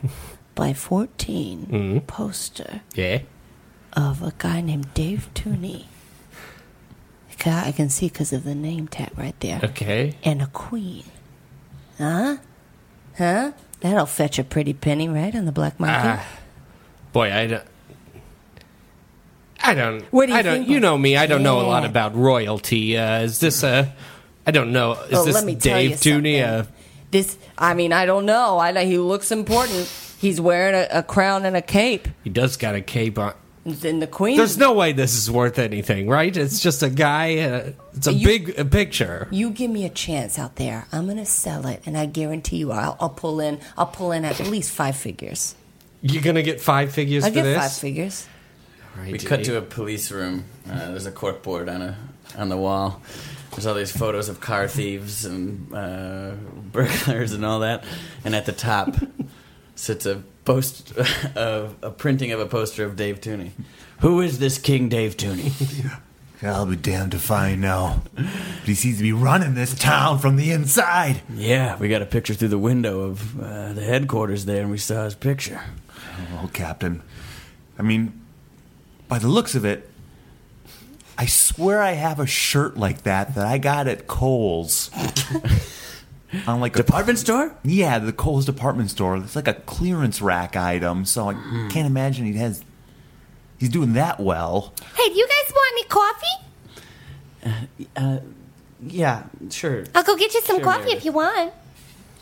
S12: by 14
S2: Mhm.
S12: poster
S2: Yeah.
S12: of a guy named Dave Tooney. Okay, I can see because of the name tag right there.
S2: Okay.
S12: And a queen. Huh? Huh?
S13: That'll fetch a pretty penny, right, on the black market?
S2: Ah, boy, I don't. I don't.
S13: What do you
S2: I don't.
S13: think?
S2: You know me. I don't know a lot
S13: Yeah.
S2: about royalty. Uh, is this a? I don't know. Is
S13: Oh,
S2: this
S13: let me tell
S2: Dave
S13: you
S2: Tooney? Uh,
S13: this, I mean, I don't know. I know he looks important. He's wearing a, a crown and a cape.
S2: he does got a cape on.
S13: Then the queen.
S2: There's no way this is worth anything, right? It's just a guy. Uh, it's a
S13: You-
S2: big a picture.
S13: You give me a chance out there. I'm gonna sell it, and I guarantee you, I'll, I'll pull in. I'll pull in at least five figures.
S2: You're gonna get five figures
S13: I
S2: for
S13: get
S2: this.
S13: five figures.
S1: We cut to a police room. Uh, there's a cork board on a on the wall. There's all these photos of car thieves and uh, burglars and all that. And at the top sits a post, a, a printing of a poster of Dave Tooney. Who is this King Dave Tooney?
S7: I'll be damned if I know. But he seems to be running this town from the inside.
S1: yeah, we got a picture through the window of uh, the headquarters there, and we saw his picture.
S4: Oh, Captain. I mean, by the looks of it, I swear I have a shirt like that that I got at Kohl's. On like
S1: department store?
S4: Yeah, the Kohl's department store. It's like a clearance rack item, so I can't imagine he has. He's doing that well.
S3: Hey, do you guys want any coffee?
S1: Uh, yeah, sure.
S3: I'll go get you some
S1: Sure,
S3: coffee
S1: Meredith.
S3: if you want.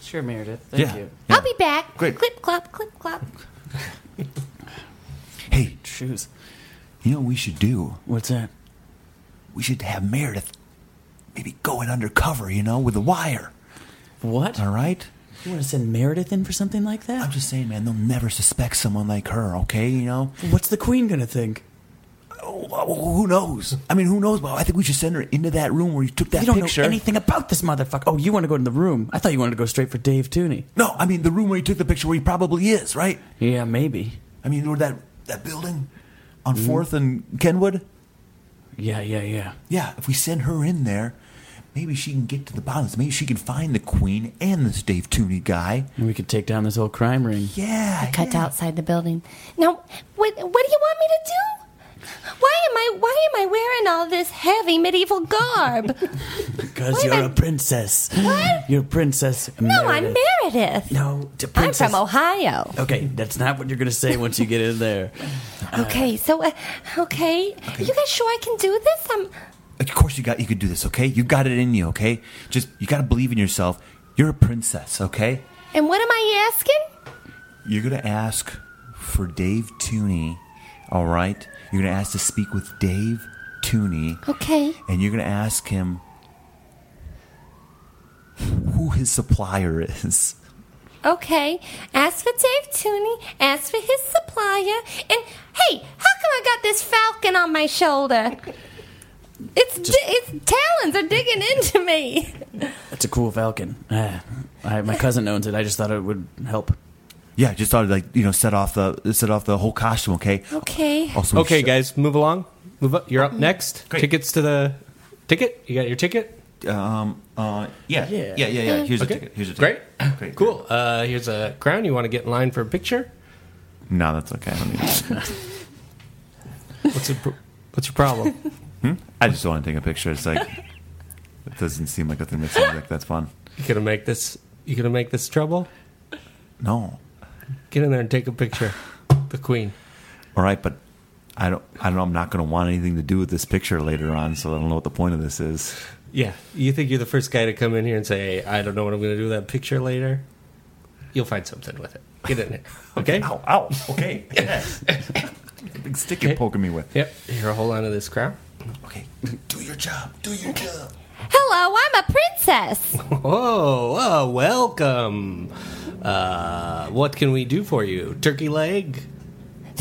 S1: Sure, Meredith. Thank
S7: Yeah.
S1: you.
S3: I'll be back.
S7: Great.
S3: Clip clop, clip clop.
S7: Hey,
S1: shoes.
S7: You know what we should do?
S1: What's that?
S7: We should have Meredith maybe go in undercover, you know, with a wire.
S1: What?
S7: All right?
S1: You want to send Meredith in for something like that?
S7: I'm just saying, man, they'll never suspect someone like her, okay? You know?
S1: What's the queen going to think?
S7: Oh, who knows? I mean, who knows? But I think we should send her into that room where you took that
S1: you don't
S7: picture.
S1: know anything about this motherfucker. Oh, you want to go in the room? I thought you wanted to go straight for Dave Tooney.
S7: No, I mean the room where he took the picture where he probably is, right?
S1: Yeah, maybe.
S7: I mean, or that that building on
S2: Mm-hmm.
S7: 4th and Kenwood?
S1: Yeah, yeah, yeah.
S7: Yeah, if we send her in there, maybe she can get to the bottom. of this. Maybe she can find the queen and this Dave Tooney guy.
S1: And we could take down this whole crime ring.
S7: Yeah.
S3: I cut outside the building. Now, what what do you want me to do? Why am I why am I wearing all this heavy medieval garb?
S1: Because
S3: Wait a
S1: you're a
S3: minute.
S1: princess.
S3: What?
S1: You're Princess
S3: no, I'm
S1: Meredith.
S3: Meredith.
S1: No, to
S3: I'm
S1: princess.
S3: from Ohio.
S1: Okay, that's not what you're going to say once you get in there.
S3: Okay, so uh, okay. you guys sure I can do this? I'm
S7: Of course you got you could do this, okay? You got it in you, okay? Just you gotta believe in yourself. You're a princess, okay?
S3: and what am I asking?
S7: You're gonna ask for Dave Tooney, all right? You're gonna ask to speak with Dave Tooney,
S3: Okay.
S7: and you're gonna ask him who his supplier is.
S3: Okay, ask for Dave Tooney, ask for his supplier, and hey, how come I got this falcon on my shoulder? It's di- its talons are digging into me.
S1: That's a cool falcon. Ah, I, my cousin owns it. I just thought it would help.
S7: Yeah, just thought like you know, set off the set off the whole costume, okay?
S3: Okay.
S7: Also, we
S2: Okay,
S7: should-
S2: guys, move along. Move up. You're up
S13: Mm-hmm.
S2: next. Tickets to the ticket. You got your ticket.
S4: Um. Uh. Yeah.
S1: Yeah.
S4: Yeah. Yeah. Yeah. Here's
S2: Okay.
S4: a ticket. Here's a
S2: Great.
S4: ticket. Great.
S2: Cool. Uh, here's a crown. You want to get in line for a picture?
S4: No, that's okay. I don't need it.
S2: What's your, pro- what's your problem?
S4: I just want to take a picture. It's like it doesn't seem like a thing that seems like that's fun.
S2: You gonna make this? You gonna make this trouble?
S4: No.
S2: Get in there and take a picture. The queen.
S4: All right, but I don't. I don't. know, I'm not going to want anything to do with this picture later on. So I don't know what the point of this is.
S2: Yeah. You think you're the first guy to come in here and say, "Hey, "I don't know what I'm gonna do with that picture later"? You'll find something with it. Get in here. Okay.
S4: Ow. Oh, Ow. Okay. Yes. Big stick you're poking me with.
S2: Yep. Here, hold on to this crown.
S7: Okay, do your job. Do your job.
S3: Hello, I'm a princess.
S2: Oh, oh welcome. Uh, what can we do for you? Turkey leg?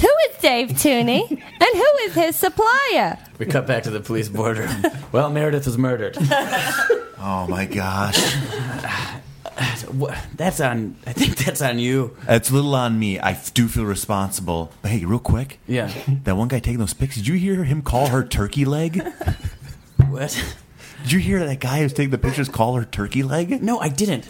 S3: Who is Dave Tooney, and who is his supplier?
S1: We cut back to the police boardroom. well, Meredith was murdered.
S7: Oh my gosh.
S1: Wha- That's on. I think that's on you.
S7: It's a little on me. I f- do feel responsible. But hey, real quick,
S1: Yeah.
S7: that one guy taking those pics, did you hear him call her turkey leg?
S1: What?
S7: Did you hear that guy who's taking the pictures call her turkey leg?
S1: No, I didn't.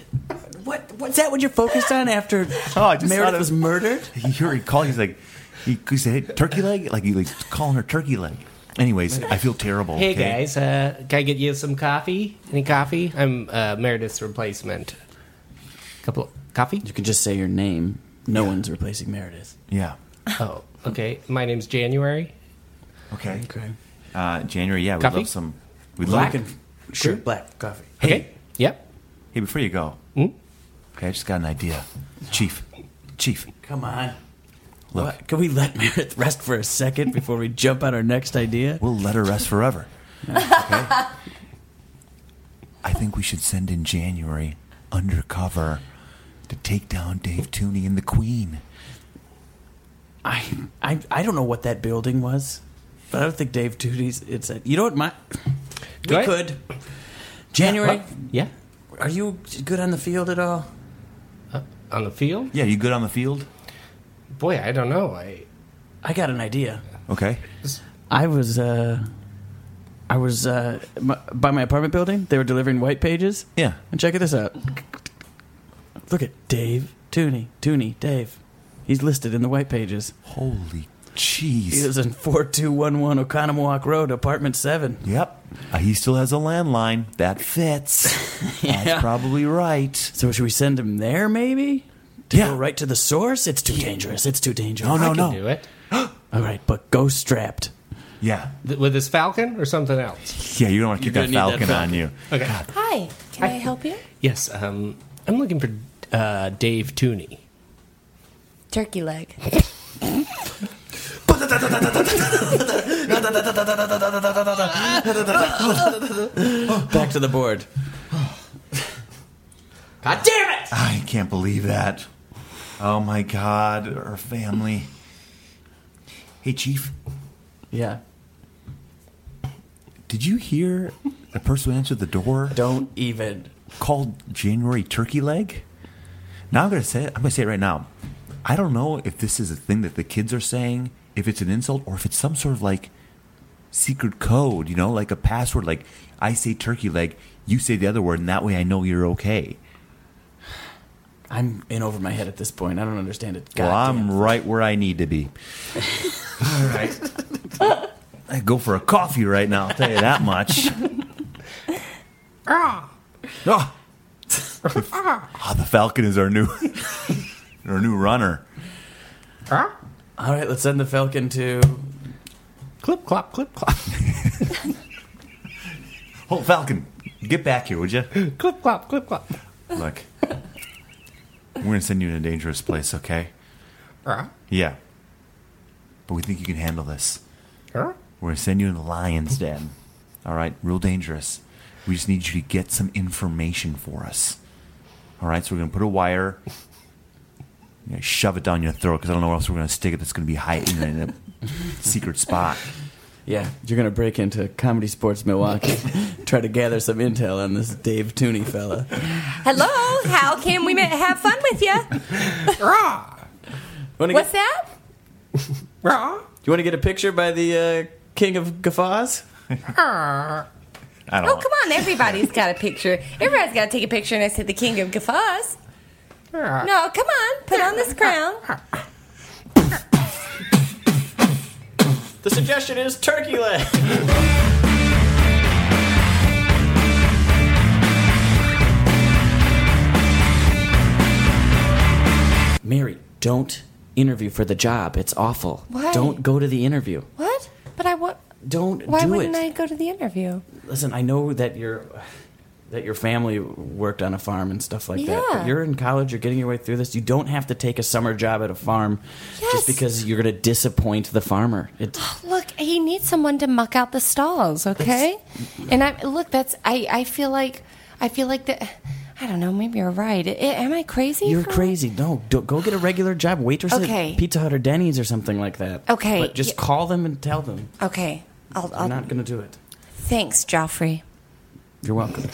S1: What? What's that? What you're focused on after
S7: Oh, I just
S1: Meredith
S7: thought it-
S1: was murdered?
S7: He heard he call. He's like, he, he said, hey, turkey leg? Like, he like calling her turkey leg. Anyways, I feel terrible.
S2: Hey
S7: okay?
S2: guys, uh, can I get you some coffee? Any coffee? I'm uh, Meredith's replacement. Couple, Coffee?
S1: You can just say your name. No one's replacing Meredith.
S4: Yeah.
S2: Oh, okay. My name's January.
S4: Okay.
S1: Okay.
S4: Uh, January, yeah, we'd
S2: Coffee?
S4: love some. We'd
S2: Black?
S4: love
S1: Sure, black coffee.
S4: Hey.
S2: Yep.
S4: Hey, before you go.
S2: Hmm?
S4: Okay, I just got an idea. Chief. Chief.
S1: Come on.
S4: Look.
S1: What? Can we let Meredith rest for a second before we jump on our next idea?
S4: We'll let her rest forever. I think we should send in January undercover to take down Dave Tooney and the Queen.
S1: I, I I don't know what that building was, but I don't think Dave Tootie's. It's a, you know what my we
S2: I-
S1: could January.
S2: Yeah.
S1: Are you good on the field at all?
S2: On the field?
S4: Yeah, you good on the field?
S2: Boy, I don't know. I
S1: I got an idea.
S4: Okay.
S1: I was uh, I was uh, my, by my apartment building. They were delivering white pages.
S4: Yeah.
S1: And check this out. Look at Dave Tooney. Tooney. Dave. He's listed in the white pages.
S4: Holy
S1: He
S4: jeez.
S1: lives in four two one one Oconomowoc Road, apartment seven.
S4: Yep. Uh, he still has a landline. That fits. That's probably right.
S1: So should we send him there, maybe? To
S4: Yeah.
S1: go right to the source? It's too dangerous. It's too dangerous.
S4: No, no,
S1: I can-
S4: no.
S2: do it.
S1: All right, but go strapped.
S4: Yeah.
S2: Th- with this falcon or something else?
S4: Yeah, you don't want to
S1: You're
S4: keep that
S1: gonna need that
S4: falcon, on
S1: falcon.
S4: you.
S2: Okay.
S3: Hi, can I help you?
S2: Yes. Um, I'm looking for uh, Dave Tooney.
S3: Turkey leg.
S1: Back to the board. God damn it!
S4: I can't believe that. Oh my god, her family. Hey, Chief,
S1: Yeah.
S4: did you hear the person who answered the door
S1: Don't even.
S4: called January Turkey Leg? Now I'm gonna say it. I'm gonna say it right now. I don't know if this is a thing that the kids are saying, if it's an insult, or if it's some sort of like secret code, you know, like a password. Like I say turkey leg, you say the other word, and that way I know you're okay.
S1: I'm in over my head at this point. I don't understand it. God
S4: well, I'm
S1: damn.
S4: right where I need to be. All right. I go for a coffee right now, I'll tell you that much. Ah. Ah, the Falcon is our new our new runner.
S1: All right, let's send the Falcon to.
S2: Clip clop clip clop
S4: Oh, Falcon, get back here, would you?
S2: clip clop clip clop.
S4: Look. We're going to send you in a dangerous place, okay?
S2: Ah,
S4: Yeah. But we think you can handle this.
S2: ah.
S4: We're going to send you in the lion's den. All right? Real dangerous. We just need you to get some information for us. All right? So we're going to put a wire, you know, shove it down your throat because I don't know where else we're going to stick it that's going to be hiding in a secret spot.
S1: Yeah, you're gonna break into Comedy Sports Milwaukee, try to gather some intel on this Dave Tooney fella.
S3: Hello, how can we ma- have fun with you?
S1: Wanna
S3: What's
S1: get-
S3: that?
S1: You want to get a picture by the uh, King of Guffaws?
S4: I don't
S3: Oh,
S4: know.
S3: come on, everybody's got a picture. Everybody's got to take a picture, and I said the king of guffaws. No, come on, put on this crown.
S1: The suggestion is turkey leg. Mary, don't interview for the job. It's awful.
S3: Why?
S1: Don't go to the interview.
S3: What? But I what?
S1: Don't
S3: Why
S1: do
S3: wouldn't
S1: it.
S3: I go to the interview?
S1: Listen, I know that your that your family worked on a farm and stuff like that.
S3: Yeah.
S1: But you're in college, you're getting your way through this. You don't have to take a summer job at a farm
S3: Yes.
S1: just because you're going to disappoint the farmer. It's
S3: Look, he needs someone to muck out the stalls, okay? and I look, that's I. I feel like I feel like that. I don't know. Maybe you're right. I- am I crazy?
S1: You're
S3: for-
S1: crazy. No, do, go get a regular job, waitress
S3: Oh, Okay.
S1: at Pizza Hut or Denny's or something like that.
S3: Okay.
S1: but just
S3: Yeah.
S1: call them and tell them
S3: Okay. I'll,
S1: I'm
S3: I'll,
S1: not going to do it.
S3: Thanks, Joffrey.
S1: You're welcome.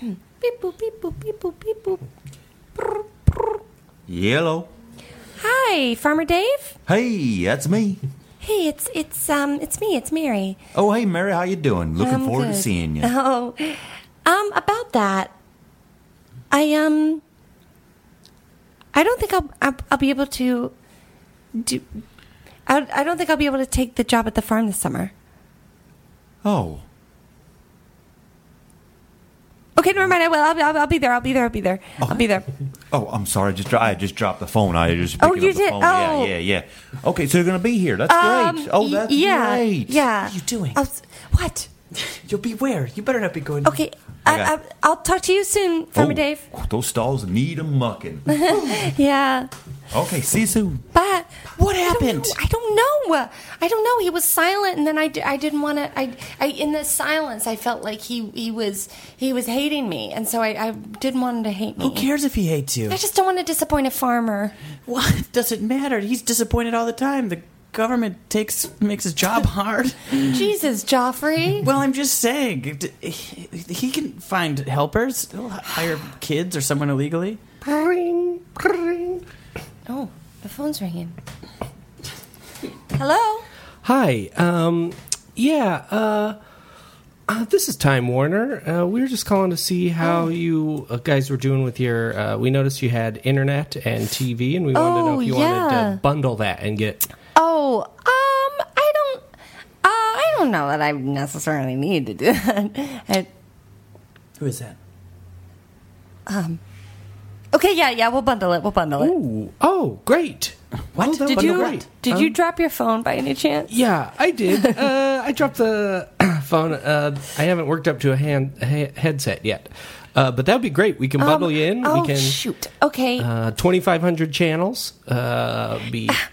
S3: Beep boop beep boop beep boop beep boop.
S4: Yellow.
S3: Hi, Farmer Dave.
S4: Hey, that's me.
S3: Hey, it's it's um it's me. It's Mary.
S4: Oh, hey, Mary, how you doing? Looking
S3: I'm
S4: forward to
S3: good.
S4: seeing you.
S3: Oh, um, about that, I um, I don't think I'll I'll, I'll be able to do. I, I don't think I'll be able to take the job at the farm this summer.
S4: Oh.
S3: Okay, never mind. I will. I'll, be- I'll, be- I'll be there. I'll be there. I'll be there. I'll be there.
S7: Oh, I'm sorry. I just dro- I just dropped the phone. I just
S3: Oh,
S7: picking
S3: you
S7: up the
S3: did?
S7: phone.
S3: Oh.
S7: Yeah, yeah, yeah. Okay, so you're gonna be here. That's
S3: Um,
S7: great. Oh,
S3: y-
S7: that's
S3: yeah,
S7: great.
S3: Yeah.
S1: What are you doing?
S3: I'll s- what?
S1: You'll be where? You better not be going.
S3: Okay. I,
S7: Okay.
S3: I, I'll talk to you soon, Farmer
S7: Oh.
S3: Dave.
S7: Those stalls need a mucking.
S3: yeah.
S7: Okay, see you soon.
S3: But
S1: what
S3: happened? I don't know. I don't know. He was silent, and then I, d- I didn't want to. I, I in the silence, I felt like he he was he was hating me, and so I, I didn't want him to hate me.
S1: Who cares if he hates you?
S3: I just don't want to disappoint a farmer.
S1: What does it matter? He's disappointed all the time. The government takes makes his job hard.
S3: Jesus, Joffrey.
S1: Well, I'm just saying d- he he can find helpers. He'll h- hire kids or someone illegally.
S3: Ring, ring. Oh, the phone's ringing. Hello.
S2: Hi. Um, yeah. Uh, uh, this is Time Warner. Uh, we were just calling to see how
S3: Oh.
S2: you uh, guys were doing with your. Uh, we noticed you had internet and TV, and we wanted to know
S3: Oh,
S2: if you wanted
S3: yeah.
S2: to bundle that and get.
S3: Oh, um, I don't. Uh, I don't know that I necessarily need to do that. I-
S1: Who is that?
S3: um. Okay, yeah, yeah, we'll bundle it. We'll bundle it.
S2: Ooh, oh, great. Oh,
S3: What
S2: that
S3: did
S2: bundle
S3: you
S2: great.
S3: did
S2: Um,
S3: you drop your phone by any chance?
S2: Yeah, I did. uh, I dropped the phone. Uh, I haven't worked up to a hand a he- headset yet, uh, but that would be great. We can bundle you in.
S3: oh
S2: we can
S3: shoot. Okay,
S2: Uh, 2,500 channels. Uh, be
S3: Ah.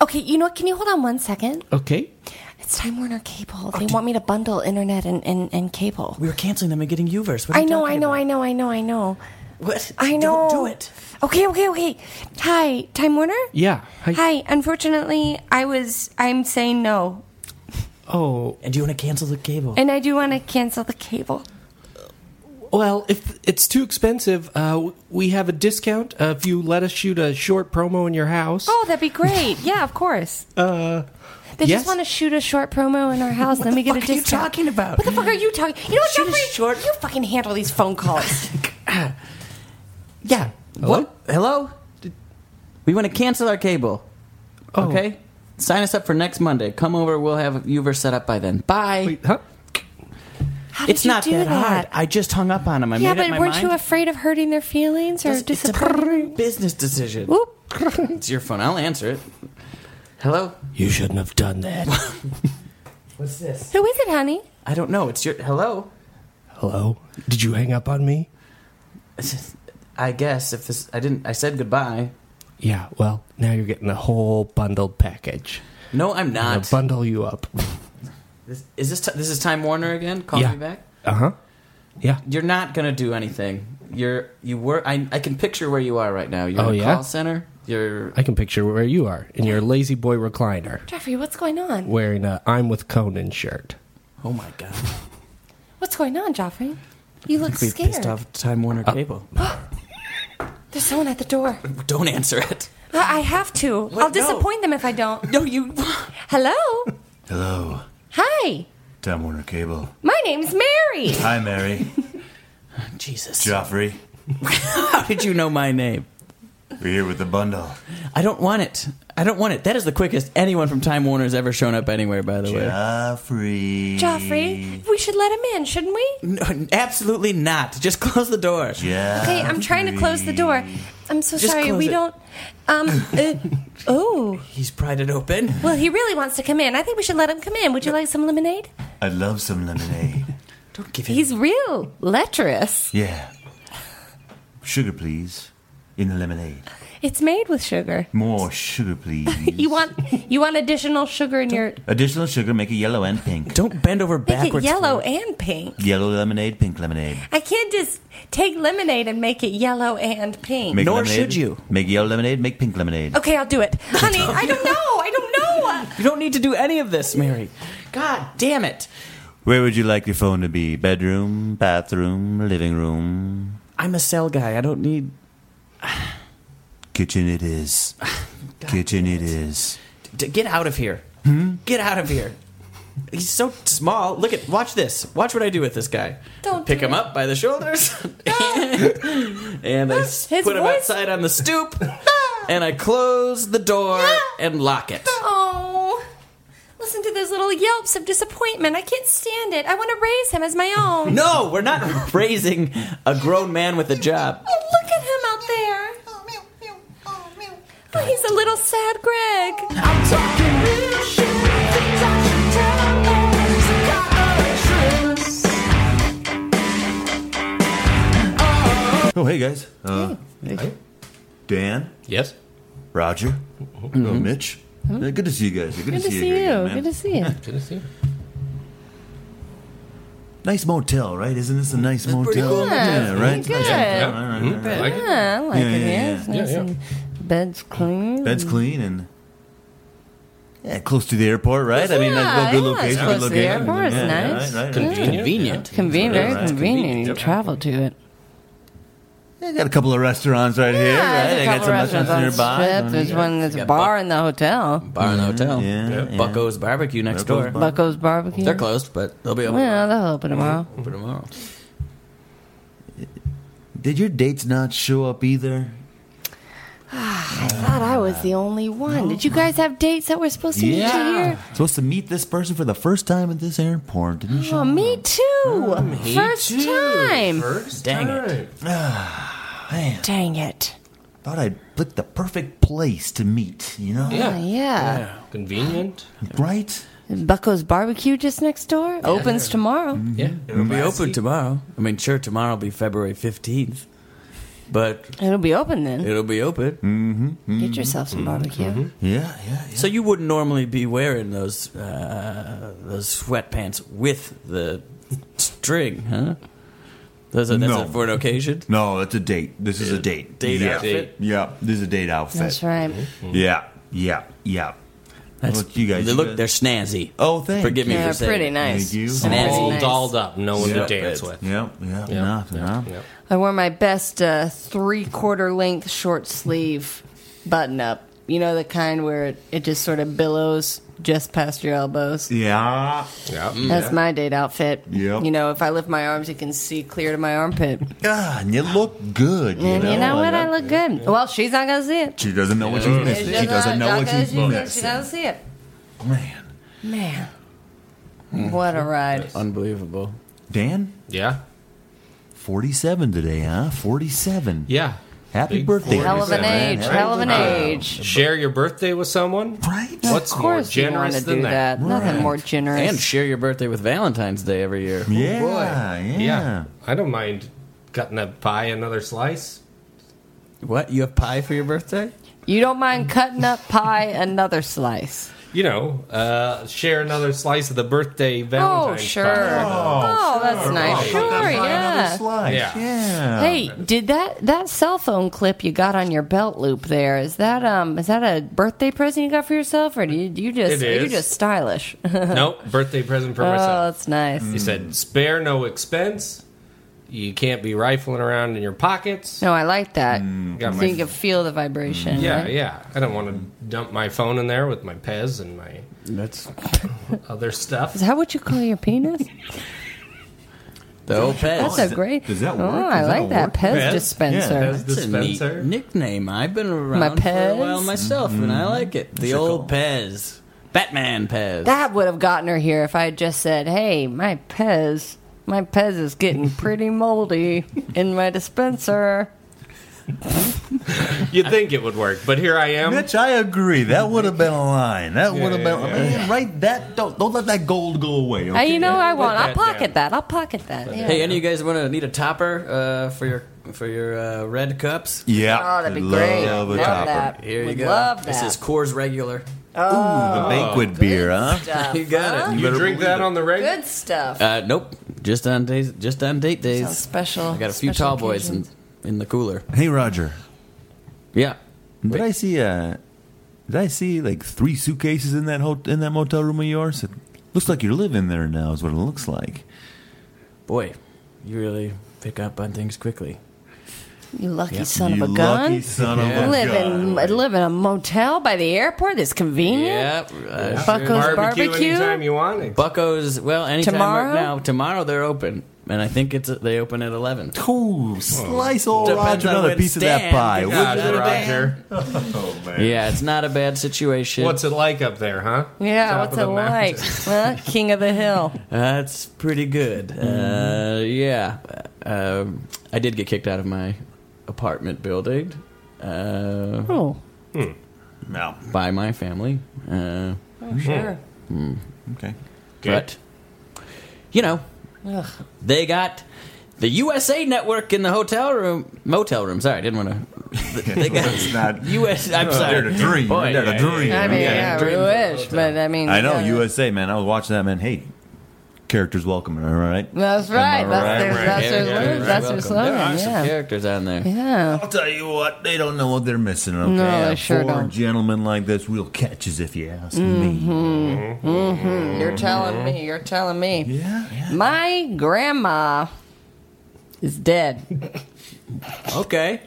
S3: okay. You know what? Can you hold on one second?
S2: okay.
S3: It's Time Warner Cable. They want me to bundle internet and, and, and cable.
S1: We were canceling them and getting Uverse. What are
S3: I
S1: you
S3: know,
S1: talking
S3: I know, I know, I know, I know.
S1: What?
S3: I
S1: Don't
S3: know.
S1: do it.
S3: Okay, okay, okay. Hi, Time Warner.
S2: Yeah.
S3: Hi. Unfortunately, I was. I'm saying no,
S2: Oh.
S1: And do you want to cancel the cable?
S3: and I do want to cancel the cable.
S2: Well, if it's too expensive, uh, w- we have a discount uh, if you let us shoot a short promo in your house.
S3: Oh, that'd be great. yeah, of course.
S2: Uh,
S3: They
S2: yes?
S3: just want to shoot a short promo in our house. Then we get a
S1: fuck are you
S3: discount.
S1: talking about?
S3: What the fuck are you talking? You know what,
S1: Shoot a
S3: Jeffrey?
S1: short-
S3: You fucking handle these phone calls.
S1: Yeah. What? Hello? Did- We want to cancel our cable. Okay? Sign us up for next Monday. Come over. We'll have Uverse set up by then. Bye.
S2: huh?
S3: How did
S1: It's
S3: you
S1: not
S3: do
S1: that, hard.
S3: that?
S1: I just hung up on him. I
S3: yeah,
S1: made
S3: but
S1: up my
S3: weren't
S1: mind.
S3: you afraid of hurting their feelings or
S1: it's a
S3: disappointing?
S1: business decision.
S3: Whoop.
S1: It's your phone. I'll answer it. Hello?
S2: You shouldn't have done that.
S1: What's this?
S3: Who is it, honey?
S1: I don't know. It's your. Hello?
S2: Hello? Did you hang up on me?
S1: I guess if this. I didn't. I said goodbye.
S2: Yeah, well, now you're getting a whole bundled package.
S1: No, I'm
S2: I'm gonna
S1: not.
S2: bundle you up.
S1: This- Is this. T- this is Time Warner again? Call
S2: Yeah.
S1: me back?
S2: Uh
S4: Uh-huh.
S2: huh. Yeah.
S1: You're not gonna do anything. You're you were I I can picture where you are right now. You're
S2: Oh,
S1: in a
S2: yeah?
S1: call center. You're
S2: I can picture where you are in your lazy boy recliner
S3: Jeffrey, what's going on?
S2: wearing a I'm with Conan shirt.
S1: Oh my god.
S3: What's going on, Joffrey? You look
S1: We've
S3: scared.
S1: pissed off Time Warner
S2: Uh,
S1: Cable.
S3: There's someone at the door.
S1: Don't answer it.
S3: I I have to. I'll disappoint them if I don't.
S1: No, you.
S3: Hello.
S7: Hello,
S3: Hi.
S7: Time Warner Cable.
S3: My name's Mary.
S7: Hi, Mary.
S1: Jesus.
S7: Joffrey.
S1: How did you know my name?
S7: We're here with the bundle.
S1: I don't want it. I don't want it. That is the quickest anyone from Time Warner has ever shown up anywhere. By the
S7: Joffrey.
S3: Joffrey, we should let him in, shouldn't we?
S1: way, no, absolutely not. Just close the door.
S7: Yeah.
S3: Okay, I'm trying to close the door. I'm so
S1: Just
S3: sorry.
S1: close
S3: We
S1: it.
S3: don't. Um. Uh, oh.
S1: He's pried it open.
S3: Well, he really wants to come in. I think we should let him come in. Would you like some lemonade?
S7: I'd love some lemonade.
S1: Don't give him.
S3: He's real lecherous.
S7: yeah. Sugar, please. In the lemonade.
S3: It's made with sugar.
S7: More sugar, please.
S3: You want you want additional sugar in your
S7: Additional sugar, make it yellow and pink.
S1: Don't bend over
S3: make it
S1: backwards.
S3: yellow and pink.
S7: Yellow lemonade, pink lemonade.
S3: I can't just take lemonade and make it yellow and pink.
S7: Make
S1: Nor
S7: lemonade,
S1: should you.
S7: Make yellow lemonade, make pink lemonade.
S3: Okay, I'll do it, honey. I don't know. I don't know.
S1: You don't need to do any of this, Mary. God damn it.
S7: Where would you like your phone to be? Bedroom, bathroom, living room,
S1: I'm a cell guy. I don't need.
S7: kitchen it is. kitchen it is.
S1: D- get out of here.
S7: Hmm?
S1: Get out of here. He's so small. Look at. Watch this. Watch what I do with this guy.
S3: Don't
S1: pick
S3: do
S1: him
S3: it.
S1: up by the shoulders,
S3: Ah.
S1: and I s-
S3: His
S1: put him
S3: voice-
S1: outside on the stoop, and I close the door and lock it.
S3: Oh, listen to those little yelps of disappointment. I can't stand it. I want to raise him as my own.
S1: No, we're not raising a grown man with a job.
S3: Oh, look at him out there. Oh, he's a little sad Greg. I'm talking real shit. Things I should tell others.
S4: Oh, hey guys. Uh, Dan.
S2: Yes.
S4: Roger. Uh, Mitch. Uh, good to see you guys. Good,
S3: Mm-hmm. Good to see
S4: here again,
S3: you.
S4: man.
S3: Good to see you.
S2: Good to see you.
S4: Nice motel, right? Isn't this a nice motel?
S3: Mm-hmm. pretty cool. Yeah,
S4: Yeah, right.
S3: pretty
S4: Nice
S3: good.
S4: motel. All right,
S3: Mhm.
S4: all right.
S3: Like it. Yeah, I like it, yeah. It's nice and- Bed's clean.
S4: Bed's clean and yeah, close to the airport, right? I mean, that's a good
S3: yeah, it's
S4: location.
S3: close
S4: good
S3: to the
S4: location.
S3: airport, it's
S4: yeah,
S3: nice.
S4: right, right, right.
S3: Convenient.
S1: Convenient.
S3: Convenient,
S4: Yeah,
S3: very
S4: right.
S3: convenient. You travel to it.
S4: Yeah, got a couple of restaurants right here.
S3: Yeah,
S4: right?
S3: there's a
S4: I got
S3: couple
S4: some
S3: restaurants on the
S4: nearby.
S3: strip. There's one. There's a bar in the hotel.
S1: Bar and hotel.
S4: Oh, Yeah,
S1: Yep. Bucko's Barbecue next
S3: Bucko's
S1: door.
S3: Bar- Bucko's Barbecue.
S1: They're closed, but they'll be open.
S3: Well, they'll open tomorrow.
S1: Open tomorrow.
S4: Did your dates not show up either?
S3: I thought I was the only one. Did you guys have dates that were supposed to meet you here?
S4: Supposed to meet this person for the first time at this airport, didn't you?
S3: Oh, me too.
S4: Mm, me
S3: First
S4: too.
S3: time.
S4: First Dang it. Man,
S3: Dang it.
S4: thought I'd picked the perfect place to meet, you know?
S3: Yeah. Oh, Yeah. Yeah.
S2: Convenient.
S4: Right?
S3: Bucko's Barbecue just next door opens tomorrow.
S4: Mm-hmm.
S1: Yeah. It'll be open tomorrow. I mean, sure, tomorrow will be February 15th, but
S3: It'll be open then.
S1: it'll be open.
S4: Mm.
S1: Mm-hmm.
S3: Get yourself some barbecue.
S4: Yeah, yeah,
S1: So you wouldn't normally be wearing those uh, those sweatpants with the string, huh? Those are, that's
S4: No.
S1: a, for an occasion.
S4: No, that's a date. This is a date.
S1: Date
S4: yeah.
S1: outfit?
S4: Yeah, this is a date outfit.
S3: That's right.
S4: Yeah, yeah, yeah.
S1: That's-
S4: look, you guys.
S1: they
S4: you
S1: look-
S4: guys-
S1: they're snazzy.
S4: Oh, thank
S1: Forgive me
S4: you.
S1: for saying it.
S4: Thank you.
S2: All dolled up, no one
S4: Yeah.
S2: to dance with.
S4: Yep, yep, enough, enough.
S3: I wore my best uh, three quarter length short sleeve button up. You know, the kind where it, it just sort of billows just past your elbows.
S4: Yeah. Mm. Yeah.
S3: That's my date outfit.
S4: Yep.
S3: You know, if I lift my arms, you can see clear to my armpit.
S4: Ah, and you look good. You
S3: and
S4: know,
S3: you know what?
S4: like-
S3: I look good. Well, she's not going to see it.
S4: She doesn't know what she's missing. She doesn't know what she's
S3: She
S4: missing.
S3: doesn't see it.
S4: Man. Mm.
S3: Man. What a ride.
S1: Unbelievable.
S4: Dan?
S2: Yeah.
S4: 47 today, huh? 47.
S2: Yeah.
S4: Happy
S2: Big
S4: birthday.
S2: forty. Hell of an
S4: Mr. Man.
S3: age, hell of an
S2: Wow.
S3: age.
S2: Share your birthday with someone.
S4: Right.
S2: What's
S3: of
S2: more
S3: course you
S2: generous
S3: wanna
S2: than
S3: do
S2: that?
S3: that. Nothing more generous.
S1: And share your birthday with Valentine's Day every year.
S4: Yeah,
S2: yeah. I don't mind cutting a pie another slice.
S1: What? You have pie for your birthday?
S3: You don't mind cutting up pie another slice.
S2: You know, uh, share another slice of the birthday Valentine's
S3: oh, sure.
S2: pie.
S3: Oh, that's nice.
S2: Oh,
S3: sure,
S2: cut that pie
S3: yeah.
S2: Yeah.
S3: Hey, did that that cell phone clip you got on your belt loop there? Is that um is that a birthday present you got for yourself, or do you, you just
S2: It
S3: are you
S2: is.
S3: just stylish?
S2: nope, birthday present for
S3: Oh,
S2: myself.
S3: that's nice.
S2: He said, spare no expense. You can't be rifling around in your pockets.
S3: No, I like that.
S2: Mm. Got
S3: so
S2: my- Mm.
S3: you can feel the vibration.
S2: Yeah,
S3: right?
S2: yeah. I don't want to dump my phone in there with my Pez and my
S1: That's
S2: other
S3: Is
S2: stuff.
S3: that what you call your penis?
S2: Oh,
S1: The old Pez.
S3: That's a great. Oh, I like that Pez, dispenser.
S1: That's a neat nickname. I've been around
S3: My
S1: for a
S3: Pez?
S1: while myself, and
S4: Mm-hmm.
S1: I like it. The old Pez. Batman Pez.
S3: That would have gotten her here if I had just said, "Hey, my Pez, my Pez is getting pretty moldy in my dispenser."
S2: You'd think it would work, but here I am.
S4: Mitch, I agree. That would have been a line. That
S2: Yeah,
S4: would have been
S2: yeah,
S4: man, right. That don't don't let that gold go away.
S3: Hey,
S4: Okay?
S3: you know I
S2: put
S3: want. I'll
S2: that
S3: pocket that. I'll pocket that. Yeah.
S1: Hey, any of you guys want to need a topper uh, for your for your uh, red cups?
S4: Yeah,
S3: Oh, that'd be
S4: love
S3: great.
S4: a
S3: Love
S4: topper.
S3: that.
S1: Here you
S3: Would
S1: go.
S3: love
S1: This
S3: that.
S1: is Coors Regular.
S4: Ooh,
S2: Oh,
S4: the banquet beer, huh?
S1: you got it.
S2: You drink that on the regular?
S3: Good stuff.
S1: Uh, nope. Just on days. Just on date days.
S3: Sounds special.
S1: I got a few
S3: special
S1: tall boys in,
S3: occasions.
S1: in the cooler.
S4: Hey, Roger.
S1: Yeah.
S4: Did I see? Uh, did I see like three suitcases in that ho- in that motel room of yours? It looks like you're living there now. Is what it looks like.
S1: Boy, you really pick up on things quickly.
S3: You lucky son
S4: You
S3: of a gun.
S4: lucky son of a
S3: live
S4: gun.
S3: in live in a motel by the airport. That's convenient.
S1: Yep. Uh,
S3: Bucko's barbecue.
S2: anytime you want.
S1: Bucko's. Well, anytime
S3: Tomorrow?
S1: right now. Tomorrow they're open. and I think it's they open at eleven.
S7: Ooh,
S14: slice old Roger another piece of that pie, would Gosh, you, Roger?
S1: oh man. Yeah, it's not a bad situation.
S2: What's it like up there, huh?
S3: Yeah,
S1: Top
S3: what's
S1: of
S3: it
S1: the mountain.
S3: like? Well, king of the hill.
S1: That's pretty good.
S3: Mm-hmm.
S1: Uh, yeah, uh, I did get kicked out of my apartment building. Uh,
S3: Oh.
S1: no, by my family. Uh,
S3: Oh, sure.
S1: Okay, but you know,
S3: Ugh.
S1: they got the USA Network in the hotel room, motel room. Sorry, I didn't want to. They got
S4: It's not-
S1: US. I'm
S4: Oh,
S1: sorry.
S4: they're the dream.
S1: Boy,
S4: They're the
S1: yeah,
S4: dream.
S3: I mean,
S4: Yeah.
S3: yeah, we wish, but I mean,
S4: I know
S3: yeah.
S4: USA man. I was watching that man. Hey, characters welcoming. All right.
S3: That's right.
S4: Am I
S3: That's
S4: right?
S3: their,
S4: Right.
S3: that's their,
S4: Yeah,
S3: word.
S4: right.
S3: that's their
S4: Welcome.
S3: slogan.
S4: There are some
S3: yeah.
S1: characters on there.
S3: Yeah.
S4: I'll tell you what, they don't know what they're missing. Okay?
S3: No, they sure
S4: 4
S3: don't.
S4: gentlemen like this will catch us if you ask
S3: Mhm.
S4: me.
S3: Mhm. You're telling me. You're telling me. Yeah. My grandma is dead.
S1: Okay.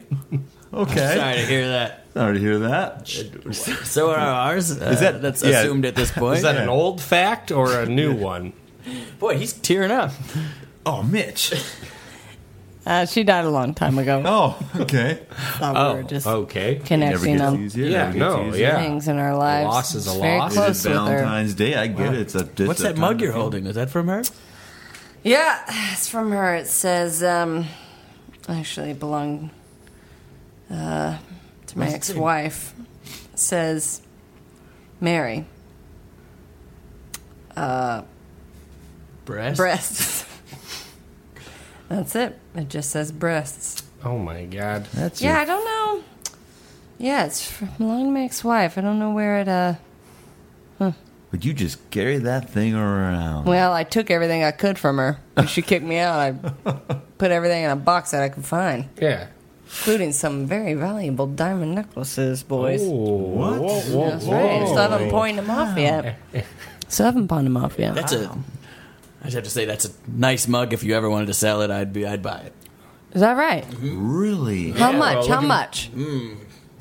S4: Okay.
S1: Sorry to hear that.
S4: Sorry to hear that.
S1: So are ours. Uh,
S2: Is that-
S1: that's
S2: yeah.
S1: assumed at this point?
S2: Is that an old fact or a new one?
S1: Boy, he's tearing up.
S4: Oh, Mitch.
S3: Uh, she died a long time ago. Oh,
S4: okay.
S3: oh, we were just
S2: okay.
S3: connecting
S4: Never
S3: them.
S4: gets easier, Yeah, never gets no, easier. yeah.
S3: Things in our lives.
S4: Loss is a
S3: It's very
S4: loss.
S3: close
S4: It's
S3: with her.
S4: Valentine's Day. I get it. It's a, it's
S1: What's
S4: a
S1: that mug
S4: time
S1: you're
S4: to-
S1: holding? Is that from her?
S6: Yeah, it's from her. It says, um, actually, it belonged uh, to my
S3: Let's see.
S6: ex wife. says, Mary. Uh,
S1: Breast.
S6: Breasts. That's it. It just says breasts.
S2: Oh my god.
S4: That's
S6: yeah, I don't know. Yeah, it's from belonged to my ex wife. I don't know where it, uh,
S4: Would you just carry that thing around?
S3: Well, I took everything I could from her. When she kicked me out. I put everything in a box that I could find,
S2: Yeah.
S3: including some very valuable diamond necklaces, boys.
S2: What? Whoa, whoa,
S3: That's right.
S2: Oh, whoa.
S3: Still haven't pawned them off yet. Still haven't pawned them off yet.
S1: That's a. I just have to say that's a nice mug. If you ever wanted to sell it, I'd be. I'd buy it.
S3: Is that right?
S4: Really?
S3: How much? How much?
S1: Mm,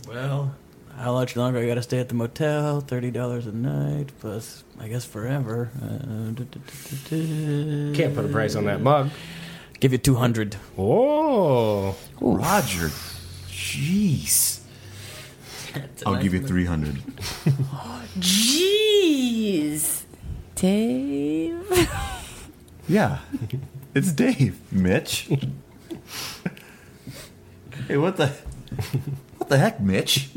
S1: well, how much longer I got to stay at the motel? Thirty dollars a night plus, I guess, forever. Uh, Can't
S2: Can't put a price on that mug.
S1: Give you two hundred.
S2: Oh,
S4: Roger. Jeez. I'll give you 300.
S3: Jeez. Dave.
S4: Yeah. It's Dave, Mitch. hey, what the What the heck, Mitch?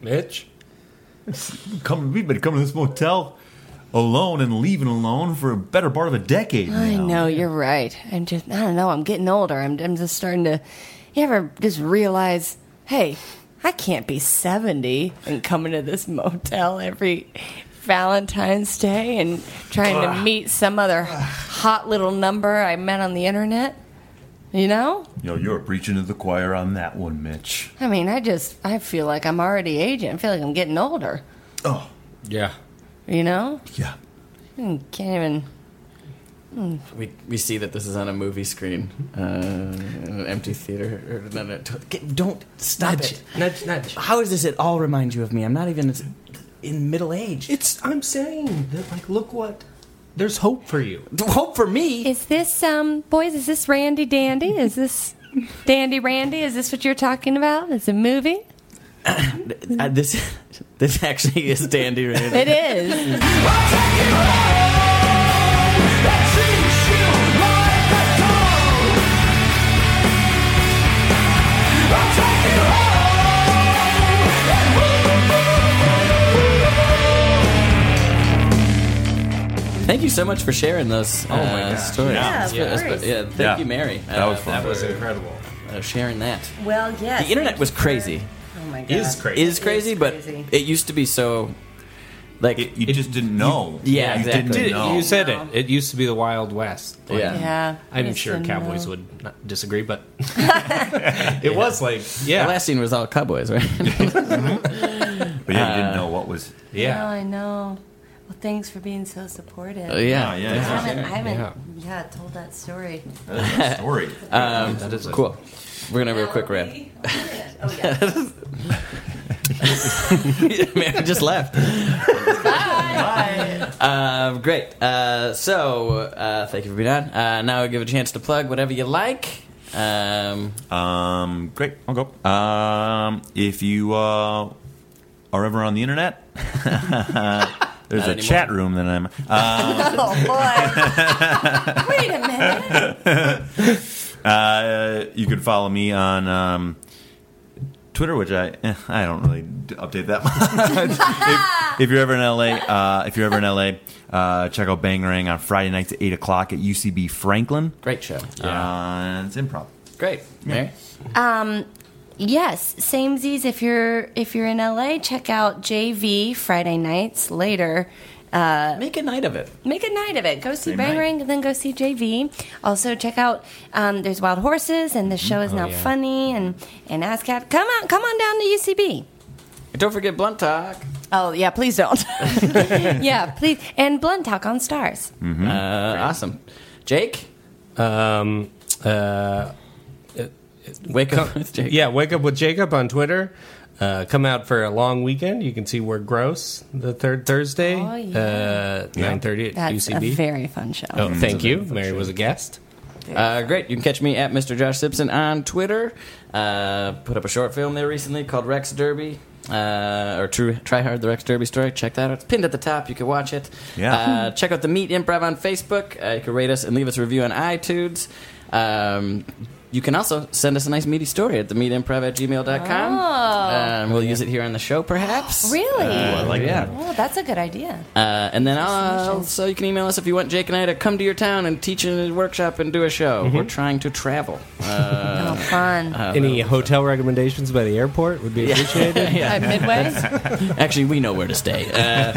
S2: Mitch?
S4: Come, we've been coming to this motel alone and leaving alone for a better part of a decade.
S3: I
S4: now.
S3: know you're right. I'm just I don't know. I'm getting older. I'm I'm just starting to. You ever just realize, hey, I can't be seventy and coming to this motel every Valentine's Day and trying to
S6: Ugh.
S3: meet some other hot little number I met on the internet. You know,
S4: Yo, you're preaching to the choir on that one, Mitch.
S3: I mean, I just I feel like I'm already aging. I feel like I'm getting older.
S2: Yeah.
S3: You know?
S4: Yeah.
S3: Mm, Can't even. mm.
S1: We we see that this is on a movie screen, uh, an empty theater. Or, no, no, t- get- don't stop
S15: Nudge,
S1: it. Nudge, nudge. How does this at all remind you of me? I'm not even as- in middle age.
S2: It's. I'm saying that. Like, look what. There's hope for you.
S1: Hope for me.
S3: Is this um boys, is this Randy Dandy? Is this Dandy Randy? Is this what you're talking about? It's a movie?
S1: Uh, this this actually is dandy Randy.
S3: It is.
S1: Thank you so much for sharing those
S2: Oh my
S1: uh,
S2: gosh.
S1: stories.
S2: Yeah, of
S1: It's-
S2: course.
S1: yeah, thank
S2: Yeah.
S1: you, Mary.
S2: That was fun. That was incredible.
S1: Uh, sharing that.
S6: well, yes.
S1: the internet was crazy.
S6: Oh my God.
S1: Is crazy. Is crazy, but
S6: crazy.
S1: it used to be so. Like
S4: you just didn't know.
S1: yeah, exactly.
S2: Did- You said it. It used to be the Wild West. Like,
S1: Yeah.
S3: Yeah,
S2: I'm
S3: it's
S2: sure
S3: a
S2: cowboys
S3: no.
S2: would not disagree, but it was like yeah.
S1: The last scene was all cowboys, right?
S4: But yeah, you didn't know what was.
S6: No, Oh, I know. Well, thanks for being so supportive.
S1: Uh, yeah. Oh,
S6: I
S1: yeah, yeah.
S6: haven't, I
S1: Yeah.
S6: haven't yeah. told that story.
S4: story.
S1: um,
S2: That is a-
S1: cool. We're gonna have a quick rap.
S6: Oh,
S1: Mary just left.
S3: Bye.
S1: Uh, great. Uh, so, uh, thank you for being on. Uh, now I'll give a chance to plug whatever you like. Um,
S7: Um, great, I'll go. Um, if you uh, are ever on the internet, there's
S16: Not
S7: a
S16: anymore.
S7: chat room that I'm. Um,
S16: oh boy! Wait a minute.
S7: uh, you can follow me on um, Twitter, which I eh, I don't really d- update that much. if, if you're ever in LA, uh, if you're ever in LA, uh, check out Bangarang on Friday nights at eight o'clock at UCB Franklin.
S1: Great show.
S7: Uh, and it's improv.
S1: Great. Mary?
S3: Um, yes, samezies. If you're if you're in LA, check out JV Friday nights later. Uh,
S1: make a night of it.
S3: Make a night of it. Go see
S1: Same
S3: Bang
S1: night.
S3: Ring and then go see JV. Also check out um, there's Wild Horses and the show is
S1: Oh,
S3: now
S1: yeah.
S3: funny and and ASCAP. Come on, come on down to UCB.
S1: And don't forget Blunt Talk.
S3: Oh yeah, please don't. yeah, please and Blunt Talk on Stars.
S1: Uh, awesome. Jake?
S2: Um, uh,
S1: wake
S2: up with Jacob. Yeah, wake up with Jacob on Twitter. Uh, come out for a long weekend. You can see we're gross the third Thursday,
S3: Oh, yeah.
S2: uh, nine thirty at
S3: That's
S2: UCB.
S3: a very fun show.
S2: Oh, thank you.
S1: Mm-hmm. very fun
S2: Mary was a guest.
S1: Uh, great. You can catch me at Mr. Josh Simpson on Twitter. Uh, put up a short film there recently called Rex Derby. Uh, or True Try Hard, the Rex Derby story. Check that out. It's pinned at the top. You can watch it.
S17: Yeah.
S1: Uh, check out the Meat Improv on Facebook. Uh, you can rate us and leave us a review on iTunes. Um, you can also send us a nice meaty story at themeatimprov at gmail.com.
S3: Oh.
S1: Um, we'll use it here on the show, perhaps.
S3: Really?
S1: Uh, yeah.
S3: Oh, that's a good idea.
S1: Uh, and then also, you can email us if you want Jake and I to come to your town and teach in a workshop and do a show. We're trying to travel. Uh,
S3: oh, fun.
S2: Any hotel recommendations by the airport would be appreciated.
S1: Uh-huh. Yeah.
S3: At Uh, Midway?
S1: That's- Actually, we know where to stay. Uh,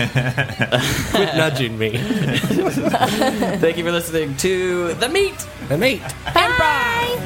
S2: Quit nudging me.
S1: Thank you for listening to The Meat.
S2: The Meat.
S1: Bye.